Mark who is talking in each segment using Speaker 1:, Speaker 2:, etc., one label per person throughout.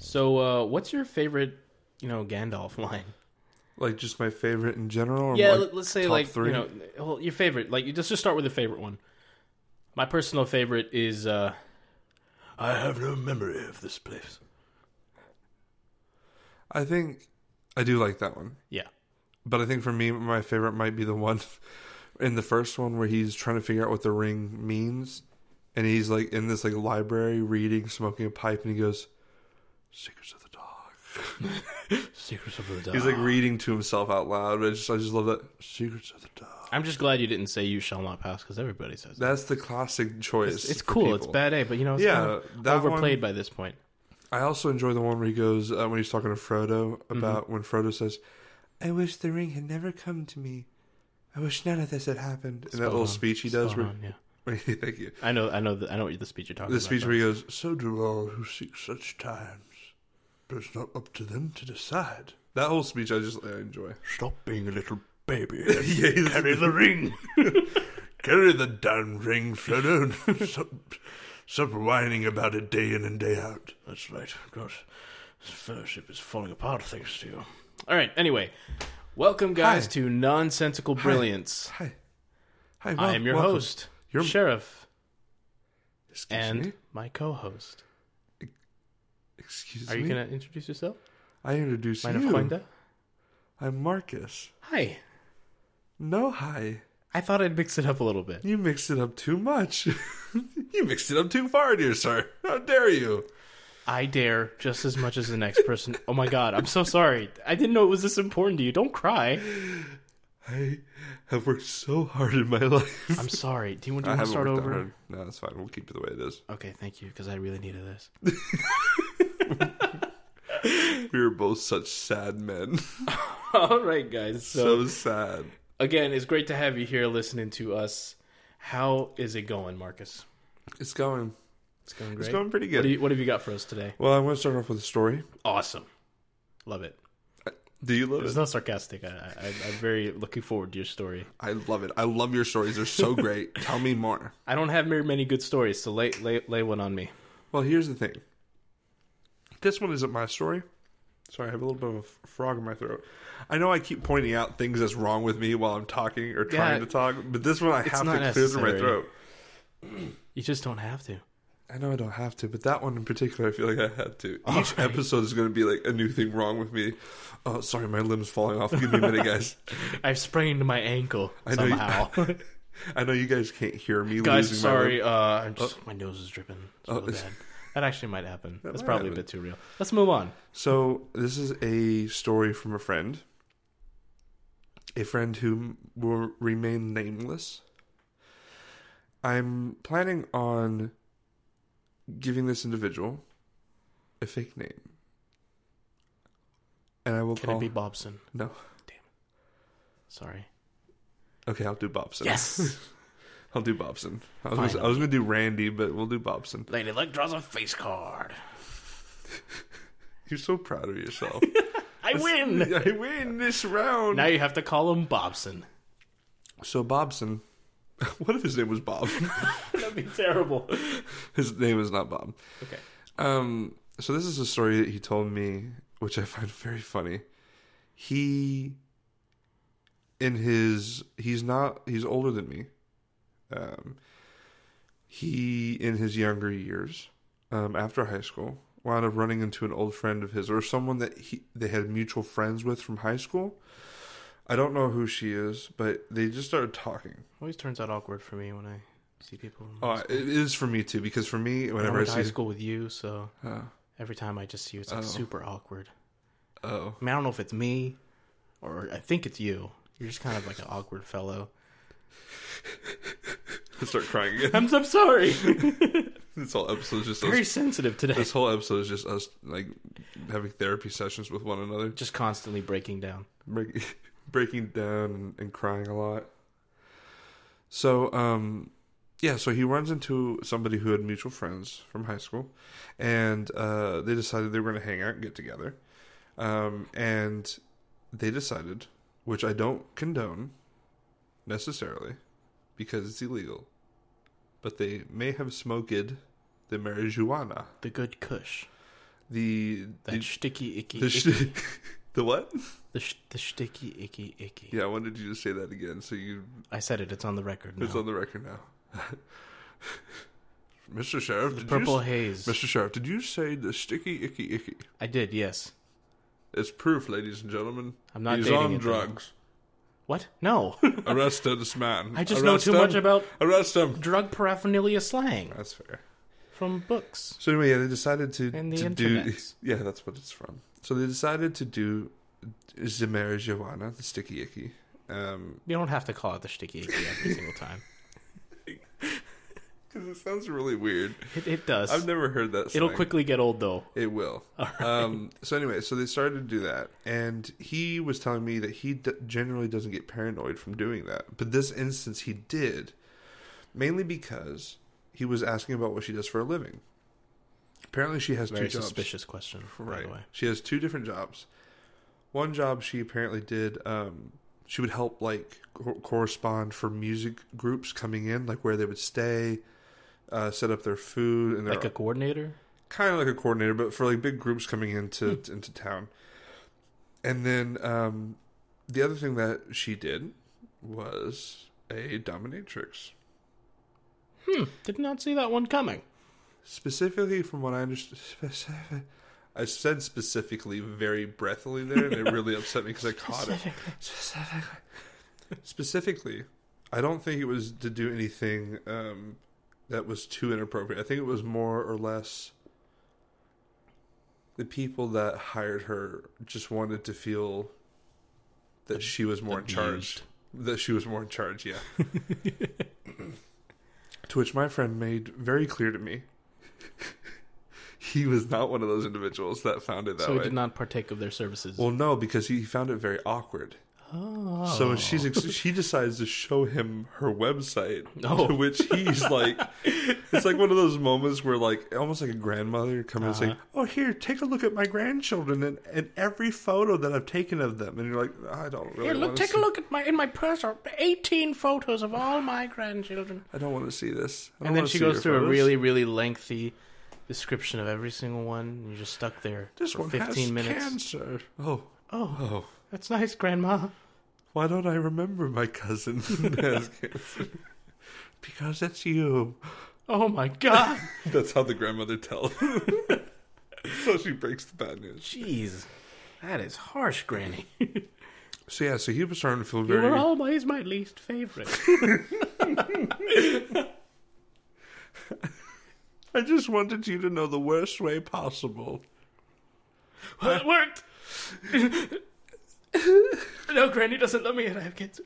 Speaker 1: So, uh, what's your favorite, you know, Gandalf line?
Speaker 2: Like just my favorite in general. Or
Speaker 1: yeah,
Speaker 2: like
Speaker 1: let- let's say
Speaker 2: top
Speaker 1: like
Speaker 2: three?
Speaker 1: you know, well, your favorite. Like, let's just start with the favorite one. My personal favorite is uh, "I have no memory of this place."
Speaker 2: I think I do like that one,
Speaker 1: Yeah,
Speaker 2: but I think for me, my favorite might be the one in the first one where he's trying to figure out what the ring means, and he's like in this like library reading, smoking a pipe, and he goes, "Secrets of the Dog."
Speaker 1: Secrets of the Dog.
Speaker 2: He's like reading to himself out loud. But I just I just love that Secrets of the Dog.
Speaker 1: I'm just glad you didn't say "You shall not pass" because everybody says that.
Speaker 2: That's the classic choice.
Speaker 1: It's, it's
Speaker 2: for
Speaker 1: cool. It's
Speaker 2: people.
Speaker 1: bad A, but you know, it's
Speaker 2: Yeah,
Speaker 1: kind of
Speaker 2: that
Speaker 1: overplayed by this point.
Speaker 2: I also enjoy the one where he goes uh, when he's talking to Frodo
Speaker 1: Mm-hmm.
Speaker 2: about when Frodo says, "I wish the ring had never come to me. I wish none of this had happened." And that
Speaker 1: Spot
Speaker 2: little
Speaker 1: on.
Speaker 2: speech he does,
Speaker 1: Spot
Speaker 2: where,
Speaker 1: on, yeah.
Speaker 2: thank you.
Speaker 1: I know, I know, the, I know what the speech you're talking
Speaker 2: The
Speaker 1: about.
Speaker 2: speech
Speaker 1: though.
Speaker 2: where he goes, "So do all who seek such times, but it's not up to them to decide." That whole speech, I just I enjoy.
Speaker 3: Stop being a little baby.
Speaker 2: yeah, he's-
Speaker 3: Carry the ring. Carry the damn ring, Frodo. stop, stop whining about it day in and day out. That's right. God, this fellowship is falling apart thanks to you.
Speaker 1: All right. Anyway, welcome guys
Speaker 2: Hi.
Speaker 1: to Nonsensical Brilliance.
Speaker 2: hi, hi.
Speaker 1: I
Speaker 2: wel-
Speaker 1: am your
Speaker 2: welcome.
Speaker 1: host,
Speaker 2: You're-
Speaker 1: Sheriff,
Speaker 2: Excuse
Speaker 1: and
Speaker 2: me.
Speaker 1: my co-host.
Speaker 2: Excuse
Speaker 1: Are you
Speaker 2: me.
Speaker 1: gonna introduce yourself?
Speaker 2: I introduce
Speaker 1: Meine
Speaker 2: you.
Speaker 1: Freunde.
Speaker 2: I'm Marcus.
Speaker 1: Hi.
Speaker 2: No, hi.
Speaker 1: I thought I'd mix it up a little bit.
Speaker 2: You mixed it up too much. you mixed it up too far, dear sir. How dare you?
Speaker 1: I dare just as much as the next person. Oh my god, I'm so sorry. I didn't know it was this important to you. Don't cry.
Speaker 2: I have worked so hard in my life.
Speaker 1: I'm sorry. Do you want, do
Speaker 2: I
Speaker 1: you want to
Speaker 2: haven't
Speaker 1: start
Speaker 2: worked that
Speaker 1: over?
Speaker 2: hard. No, that's fine. We'll keep it the way it is.
Speaker 1: Okay, thank you, because I really needed this.
Speaker 2: We were both such sad men.
Speaker 1: All right, guys. So,
Speaker 2: so sad.
Speaker 1: again, it's great to have you here listening to us. How is it going, Marcus?
Speaker 2: It's going.
Speaker 1: It's going great.
Speaker 2: It's going pretty
Speaker 1: what,
Speaker 2: good.
Speaker 1: do you, what have you got for us today?
Speaker 2: well, I'm going to start off with a story.
Speaker 1: Awesome. Love it.
Speaker 2: Do you love
Speaker 1: It's
Speaker 2: it?
Speaker 1: not sarcastic. I, I, I'm very looking forward to your story.
Speaker 2: I love it. I love your stories. They're so great. Tell me more.
Speaker 1: I don't have very many good stories, so lay, lay, lay one on me.
Speaker 2: Well, here's the thing. This one isn't my story. Sorry, I have a little bit of a f- frog in my throat. I know I keep pointing out things that's wrong with me while I'm talking or trying to talk, but this one I have
Speaker 1: not
Speaker 2: to clear through my
Speaker 1: necessary.
Speaker 2: throat.
Speaker 1: You just don't have to.
Speaker 2: I know I don't have to, but that one in particular, I feel like I had to.
Speaker 1: Oh.
Speaker 2: Each episode is going to be like a new thing wrong with me. Oh, sorry, my limb's falling off. Give me a minute, guys.
Speaker 1: I've sprained my ankle
Speaker 2: I know you-
Speaker 1: somehow.
Speaker 2: I know you guys can't hear me.
Speaker 1: Guys,
Speaker 2: losing
Speaker 1: sorry. Uh, I'm just, my nose is dripping. It's
Speaker 2: Oh,
Speaker 1: really
Speaker 2: it's-
Speaker 1: bad. That actually might happen. That's
Speaker 2: might
Speaker 1: probably a
Speaker 2: happen.
Speaker 1: bit too real. Let's move on.
Speaker 2: So this is a story from a friend, a friend who will remain nameless. I'm planning on giving this individual a fake name, and I will
Speaker 1: Can
Speaker 2: call.
Speaker 1: it be Bobson?
Speaker 2: Oh. no,
Speaker 1: Sorry.
Speaker 2: okay, I'll do Bobson.
Speaker 1: Yes.
Speaker 2: I'll do Bobson. I was, gonna- I was going to do Randy, but we'll do Bobson.
Speaker 1: Lady Luck draws a face card.
Speaker 2: You're so proud of yourself.
Speaker 1: I win.
Speaker 2: I win this round.
Speaker 1: now you have to call him Bobson.
Speaker 2: So Bobson, what if his name was Bob?
Speaker 1: That'd be terrible.
Speaker 2: His name is not Bob.
Speaker 1: Okay.
Speaker 2: Um, so this is a story that he told me, which I find very funny. He, in his, he's not, he's older than me. Um, he, in his younger years, um, after high school, wound up running into an old friend of his or someone that he they had mutual friends with from high school. I don't know who she is, but they just started talking.
Speaker 1: Always turns out awkward for me when I see people. From
Speaker 2: Oh, it is for me too because for me,
Speaker 1: I
Speaker 2: whenever I
Speaker 1: went to Oh, high
Speaker 2: see,
Speaker 1: school with you, so
Speaker 2: oh,
Speaker 1: every time I just see you, it's like
Speaker 2: Oh.
Speaker 1: super awkward.
Speaker 2: oh,
Speaker 1: I mean, I don't know if it's me or I think it's you. You're just kind of like an awkward fellow.
Speaker 2: I start crying again.
Speaker 1: I'm, I'm sorry.
Speaker 2: This whole episode is just
Speaker 1: Very
Speaker 2: us,
Speaker 1: sensitive today.
Speaker 2: this whole episode is just us like having therapy sessions with one another,
Speaker 1: Just constantly breaking down.
Speaker 2: break, breaking down and, and crying a lot. So, um, yeah, so he runs into somebody who had mutual friends from high school, and uh, they decided they were going to hang out and get together. Um, and they decided, which I don't condone necessarily, because it's illegal, but they may have smoked the marijuana.
Speaker 1: The good Kush.
Speaker 2: the
Speaker 1: That
Speaker 2: the
Speaker 1: sticky icky.
Speaker 2: the,
Speaker 1: icky.
Speaker 2: sh- the what?
Speaker 1: the, sh- the sticky icky icky.
Speaker 2: Yeah, when did you just say that again? So you
Speaker 1: I said it. It's on the record now.
Speaker 2: it's on the record now.
Speaker 3: Mr. Sheriff,
Speaker 1: the
Speaker 3: did
Speaker 1: purple
Speaker 3: you,
Speaker 1: haze.
Speaker 2: Mr. Sharp, did you say the sticky icky icky?
Speaker 1: I did. Yes.
Speaker 2: It's proof, ladies and gentlemen.
Speaker 1: I'm not
Speaker 2: He's
Speaker 1: dating
Speaker 2: on
Speaker 1: it, though.
Speaker 2: drugs.
Speaker 1: What? No.
Speaker 2: Arrest this man.
Speaker 1: I just know
Speaker 2: Arrest
Speaker 1: too
Speaker 2: him.
Speaker 1: much about
Speaker 2: Arrest him.
Speaker 1: drug paraphernalia slang
Speaker 2: That's fair.
Speaker 1: from books.
Speaker 2: So anyway, yeah, they decided to
Speaker 1: And the
Speaker 2: to
Speaker 1: internets.
Speaker 2: do. Yeah, that's what it's from. So they decided to do the marijuana, the sticky icky. Um,
Speaker 1: You don't have to call it the sticky icky every single time.
Speaker 2: because it sounds really weird.
Speaker 1: It, it does.
Speaker 2: I've never heard that.
Speaker 1: It'll
Speaker 2: slang.
Speaker 1: quickly get old though.
Speaker 2: It will. Um, so anyway, so they started to do that, and he was telling me that he d- generally doesn't get paranoid from doing that, but this instance he did, mainly because he was asking about what she does for a living. Apparently, she has
Speaker 1: Very
Speaker 2: two jobs.
Speaker 1: suspicious question, by
Speaker 2: Right.
Speaker 1: the way.
Speaker 2: She has two different jobs. One job she apparently did. Um, she would help like co- correspond for music groups coming in, like where they would stay, uh, set up their food and their
Speaker 1: Like a coordinator?
Speaker 2: kind of like a coordinator, but for like big groups coming into into town. And then um, the other thing that she did was a dominatrix.
Speaker 1: Hmm. Did not see that one coming.
Speaker 2: Specifically, from what I understand, I said specifically very breathily there, and it really upset me because I caught it. Specifically. Specifically, I don't think it was to do anything um, that was too inappropriate. I think it was more or less the people that hired her just wanted to feel that she was more in charge. That she was more in charge, yeah. to which my friend made very clear to me. he was not one of those individuals that found it that
Speaker 1: So
Speaker 2: way.
Speaker 1: he did not partake of their services.
Speaker 2: Well, no, because he found it very awkward.
Speaker 1: oh.
Speaker 2: So she's ex- she decides to show him her website,
Speaker 1: Oh.
Speaker 2: to which he's like, it's like one of those moments where like almost like a grandmother coming and
Speaker 1: Uh-huh.
Speaker 2: saying, "Oh, here, take a look at my grandchildren and, and every photo that I've taken of them," and you're like, "I don't really
Speaker 1: Here, look,
Speaker 2: want to
Speaker 1: take
Speaker 2: see.
Speaker 1: a look at my in my purse are 18 photos of all my grandchildren.
Speaker 2: I don't want to see this." I don't
Speaker 1: And then
Speaker 2: wanna
Speaker 1: she
Speaker 2: see
Speaker 1: goes
Speaker 2: your
Speaker 1: through a
Speaker 2: photos.
Speaker 1: really, really lengthy description of every single one, and you're just stuck there
Speaker 2: this
Speaker 1: for
Speaker 2: one
Speaker 1: 15
Speaker 2: has
Speaker 1: minutes.
Speaker 2: cancer. Oh,
Speaker 1: Oh,
Speaker 2: oh,
Speaker 1: that's nice, Grandma.
Speaker 2: why don't I remember my cousin has cancer? Because it's you.
Speaker 1: Oh my God.
Speaker 2: That's how the grandmother tells. so she breaks the bad news.
Speaker 1: Jeez, that is harsh, Granny.
Speaker 2: So yeah, so he was starting to feel
Speaker 1: You
Speaker 2: very.
Speaker 1: were always my least favorite.
Speaker 2: I just wanted you to know the worst way possible.
Speaker 1: well, it worked. no, Granny doesn't love me, and I have kids.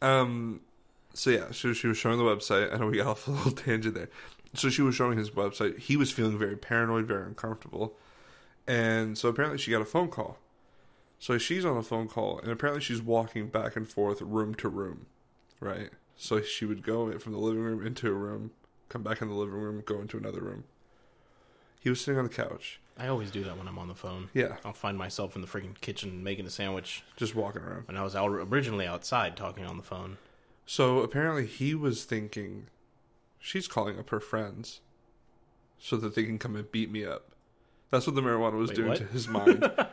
Speaker 2: Um, so yeah, so she was showing the website. I know we got off a little tangent there. So she was showing his website. He was feeling very paranoid, very uncomfortable, and so apparently she got a phone call. So she's on a phone call, and apparently she's walking back and forth room to room, right? So she would go from the living room into a room, come back in the living room, go into another room. He was sitting on the couch.
Speaker 1: I always do that when I'm on the phone.
Speaker 2: Yeah,
Speaker 1: I'll find myself in the freaking kitchen making a sandwich
Speaker 2: just walking around.
Speaker 1: when I was out, originally outside talking on the phone.
Speaker 2: So apparently he was thinking she's calling up her friends so that they can come and beat me up. That's what the marijuana was
Speaker 1: Wait,
Speaker 2: doing
Speaker 1: what?
Speaker 2: to his mind.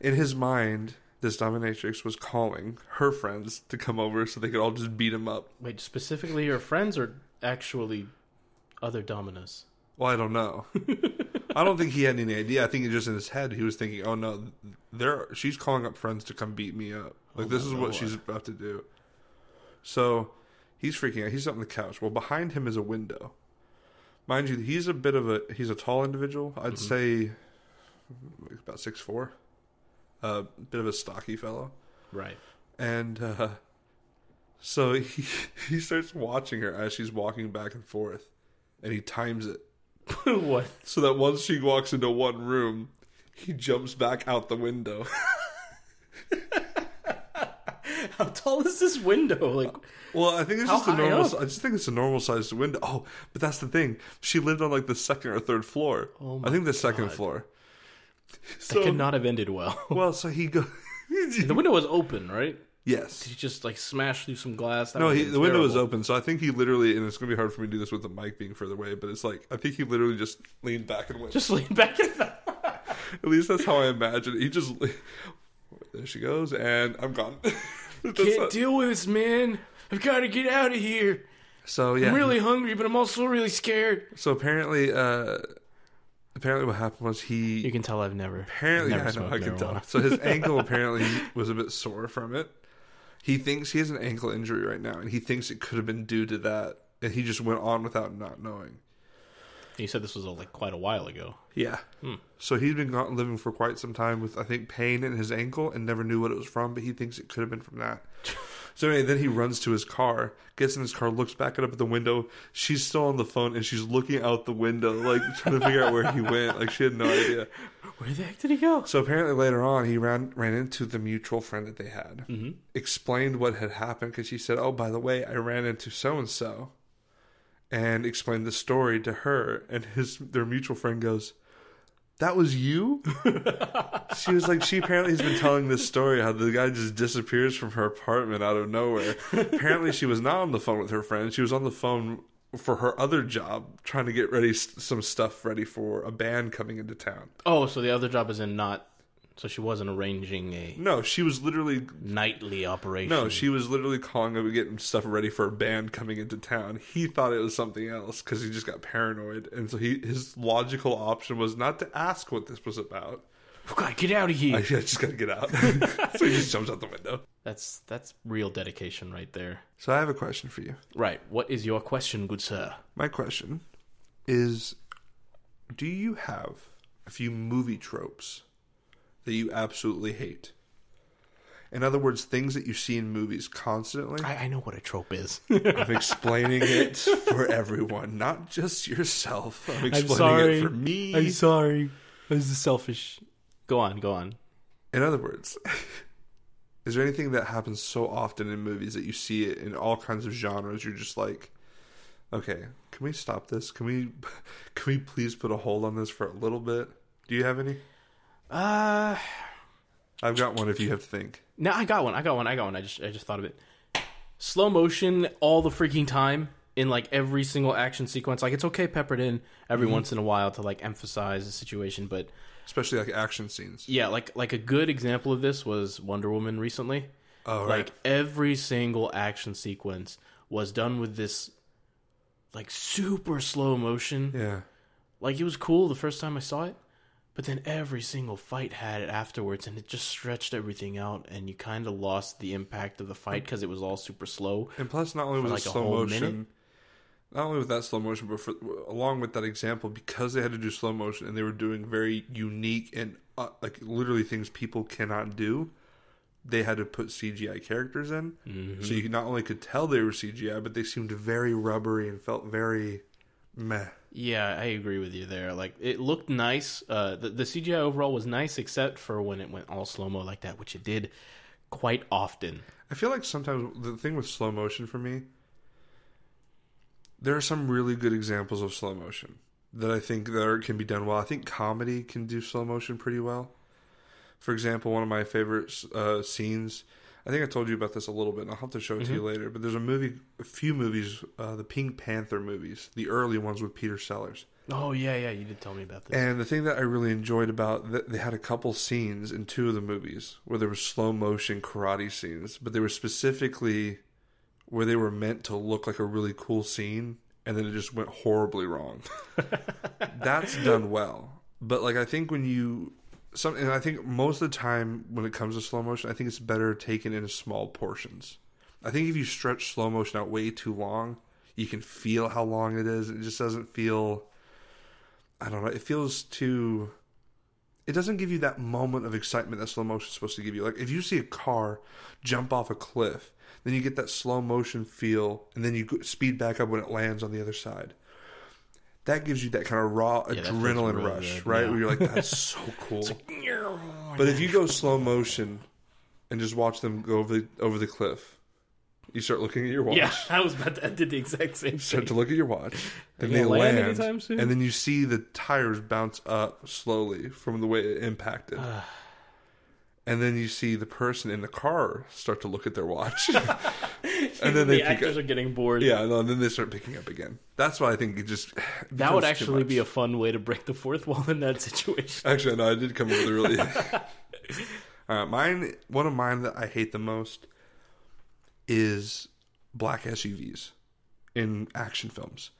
Speaker 2: In his mind, this dominatrix was calling her friends to come over so they could all just beat him up.
Speaker 1: Wait, specifically your friends or actually other dominoes?
Speaker 2: Well, I don't know. I don't think he had any idea. I think it just in his head he was thinking, "Oh no, there she's calling up friends to come beat me up. Like this is what she's about to do." So he's freaking out. He's up on the couch. Well, behind him is a window. Mind you, he's a bit of a he's a tall individual. I'd say about six four, a bit of a stocky fellow,
Speaker 1: Right.
Speaker 2: and uh, so he he starts watching her as she's walking back and forth, and he times it
Speaker 1: what?
Speaker 2: so that once she walks into one room, he jumps back out the window.
Speaker 1: How tall is this window? Like,
Speaker 2: well, I think it's
Speaker 1: How
Speaker 2: just a
Speaker 1: high
Speaker 2: normal.
Speaker 1: up?
Speaker 2: I just think it's a normal sized window. Oh, but that's the thing. She lived on like the second or third floor.
Speaker 1: Oh
Speaker 2: I
Speaker 1: my
Speaker 2: think the second
Speaker 1: God.
Speaker 2: floor.
Speaker 1: that
Speaker 2: So
Speaker 1: could not have ended well.
Speaker 2: well, so he goes.
Speaker 1: the window was open, right?
Speaker 2: Yes.
Speaker 1: He just like smashed through some glass. That
Speaker 2: No,
Speaker 1: would've
Speaker 2: he,
Speaker 1: been
Speaker 2: the window was
Speaker 1: terrible.
Speaker 2: open, so I think he literally, and it's going to be hard for me to do this with the mic being further away, but it's like, I think he literally just leaned back and went.
Speaker 1: Just lean back in the
Speaker 2: At least that's how I imagine it. He just, there she goes, and I'm gone. That's
Speaker 1: Can't
Speaker 2: not-
Speaker 1: deal with this, man. I've got to get out of here.
Speaker 2: so, yeah.
Speaker 1: I'm really hungry, but I'm also really scared.
Speaker 2: So apparently, uh, apparently what happened was he,
Speaker 1: You can tell I've never.
Speaker 2: apparently,
Speaker 1: never
Speaker 2: I know,
Speaker 1: smoked
Speaker 2: I can tell.
Speaker 1: marijuana.
Speaker 2: So his ankle apparently was a bit sore from it. He thinks he has an ankle injury right now, and he thinks it could have been due to that, and he just went on without not knowing.
Speaker 1: You said this was uh, like quite a while ago.
Speaker 2: Yeah. So he'd been gone living for quite some time with, I think, pain in his ankle and never knew what it was from, but he thinks it could have been from that. So anyway, then he runs to his car, gets in his car, looks back up at the window. She's still on the phone and she's looking out the window, like trying to figure out where he went. Like she had no idea.
Speaker 1: Where the heck did he go?
Speaker 2: So apparently later on, he ran ran into the mutual friend that they had, explained what had happened because she said, "Oh, by the way, I ran into so and so," and explained the story to her. And his their mutual friend goes, "That was you." she was like, she apparently has been telling this story how the guy just disappears from her apartment out of nowhere. apparently, she was not on the phone with her friend; she was on the phone. For her other job, trying to get ready some stuff ready for a band coming into town.
Speaker 1: Oh, so the other job is in not. So she wasn't arranging a
Speaker 2: No, she was literally
Speaker 1: nightly operation.
Speaker 2: No, she was literally calling up and getting stuff ready for a band coming into town. He thought it was something else because he just got paranoid, and so he his logical option was not to ask what this was about.
Speaker 1: Oh, God, get out of here.
Speaker 2: I just gotta get out, so he just jumps out the window.
Speaker 1: That's that's real dedication right there.
Speaker 2: So I have a question for you.
Speaker 1: Right. What is your question, good sir?
Speaker 2: My question is: Do you have a few movie tropes that you absolutely hate? In other words, things that you see in movies constantly.
Speaker 1: I, I know what a trope is.
Speaker 2: I'm explaining it for everyone, not just yourself. I'm explaining it for me.
Speaker 1: sorry. This is selfish. Go on. Go on.
Speaker 2: in other words, is there anything that happens so often in movies that you see it in all kinds of genres? You're just like, okay, can we stop this? Can we, can we please put a hold on this for a little bit? Do you have any?
Speaker 1: Uh,
Speaker 2: I've got one. If you have to think,
Speaker 1: no, I got one. I got one. I got one. I just I just thought of it. Slow motion all the freaking time in like every single action sequence. Like it's okay peppered in every once in a while to like emphasize the situation, but
Speaker 2: especially like action scenes.
Speaker 1: yeah, like like a good example of this was Wonder Woman recently.
Speaker 2: Oh, right.
Speaker 1: like every single action sequence was done with this like super slow motion
Speaker 2: yeah.
Speaker 1: like it was cool the first time i saw it but then every single fight had it afterwards and it just stretched everything out and you kind of lost the impact of the fight because it was all super slow
Speaker 2: And plus, not only was
Speaker 1: like,
Speaker 2: it
Speaker 1: a
Speaker 2: slow
Speaker 1: whole
Speaker 2: motion,
Speaker 1: minute?
Speaker 2: not only with that slow motion, but for, along with that example, because they had to do slow motion and they were doing very unique and uh, like literally things people cannot do, they had to put CGI characters in. So
Speaker 1: Mm-hmm.
Speaker 2: you not only could tell they were CGI, but they seemed very rubbery and felt very meh.
Speaker 1: yeah i agree with you there like it looked nice uh the, the cgi overall was nice except for when it went all slow mo like that which it did quite often
Speaker 2: I feel like sometimes the thing with slow motion for me, there are some really good examples of slow motion that I think that are, can be done well. I think comedy can do slow motion pretty well. For example, one of my favorite uh, scenes. I think I told you about this a little bit, and I'll have to show it to you later. But there's a movie, a few movies, uh, the Pink Panther movies, the early ones with Peter Sellers.
Speaker 1: oh yeah yeah you did tell me about this
Speaker 2: And the thing that I really enjoyed about that they had a couple scenes in two of the movies where there were slow motion karate scenes, but they were specifically where they were meant to look like a really cool scene and then it just went horribly wrong. That's done well. But like I think when you some and I think most of the time when it comes to slow motion, I think it's better taken in small portions. I think if you stretch slow motion out way too long, you can feel how long it is. It just doesn't feel I don't know. It feels too. It doesn't give you that moment of excitement that slow motion is supposed to give you. Like if you see a car jump off a cliff, then you get that slow motion feel, and then you go- speed back up when it lands on the other side. That gives you that kind of raw
Speaker 1: that feels
Speaker 2: adrenaline
Speaker 1: really
Speaker 2: rush,
Speaker 1: good,
Speaker 2: right?
Speaker 1: yeah.
Speaker 2: Where you're like, "That's so cool." but if you go slow motion and just watch them go over the over the cliff, you start looking at your watch
Speaker 1: yeah i was about to I did the exact same thing
Speaker 2: start to look at your watch. Then
Speaker 1: you
Speaker 2: they
Speaker 1: gonna land
Speaker 2: land,
Speaker 1: anytime soon?
Speaker 2: and then you see the tires bounce up slowly from the way it impacted. and then you see the person in the car start to look at their watch, and then
Speaker 1: the
Speaker 2: they pick
Speaker 1: actors
Speaker 2: up.
Speaker 1: are getting bored.
Speaker 2: Yeah, no, and then they start picking up again. That's why I think it just it
Speaker 1: that would
Speaker 2: becomes too
Speaker 1: actually
Speaker 2: much.
Speaker 1: be a fun way to break the fourth wall in that situation.
Speaker 2: Actually, no, I did come up with a really. uh, mine, one of mine that I hate the most is black SUVs in action films.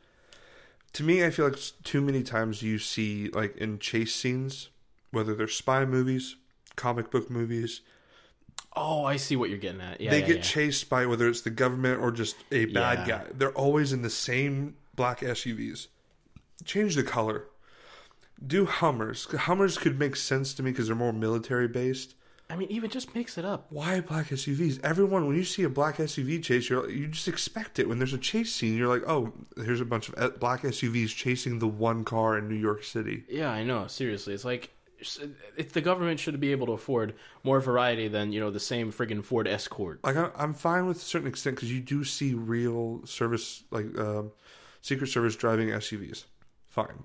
Speaker 2: To me, I feel like s- too many times you see, like in chase scenes, whether they're spy movies, comic book movies,
Speaker 1: Oh, I see what you're getting at. Yeah,
Speaker 2: they
Speaker 1: yeah,
Speaker 2: get
Speaker 1: yeah.
Speaker 2: chased by whether it's the government or just a bad
Speaker 1: Yeah.
Speaker 2: guy. They're always in the same black SUVs. Change the color. Do Hummers. Hummers could make sense to me because they're more military based.
Speaker 1: I mean, even just mix it up.
Speaker 2: Why black SUVs? Everyone, when you see a black SUV chase, you're, you just expect it. When there's a chase scene, you're like, oh, here's a bunch of eh, black SUVs chasing the one car in New York City.
Speaker 1: Yeah, I know. Seriously, it's like it's- it, the government should be able to afford more variety than you know the same friggin' Ford Escort.
Speaker 2: like I- I'm fine with a certain extent because you do see real service like um, Secret Service driving SUVs. Fine,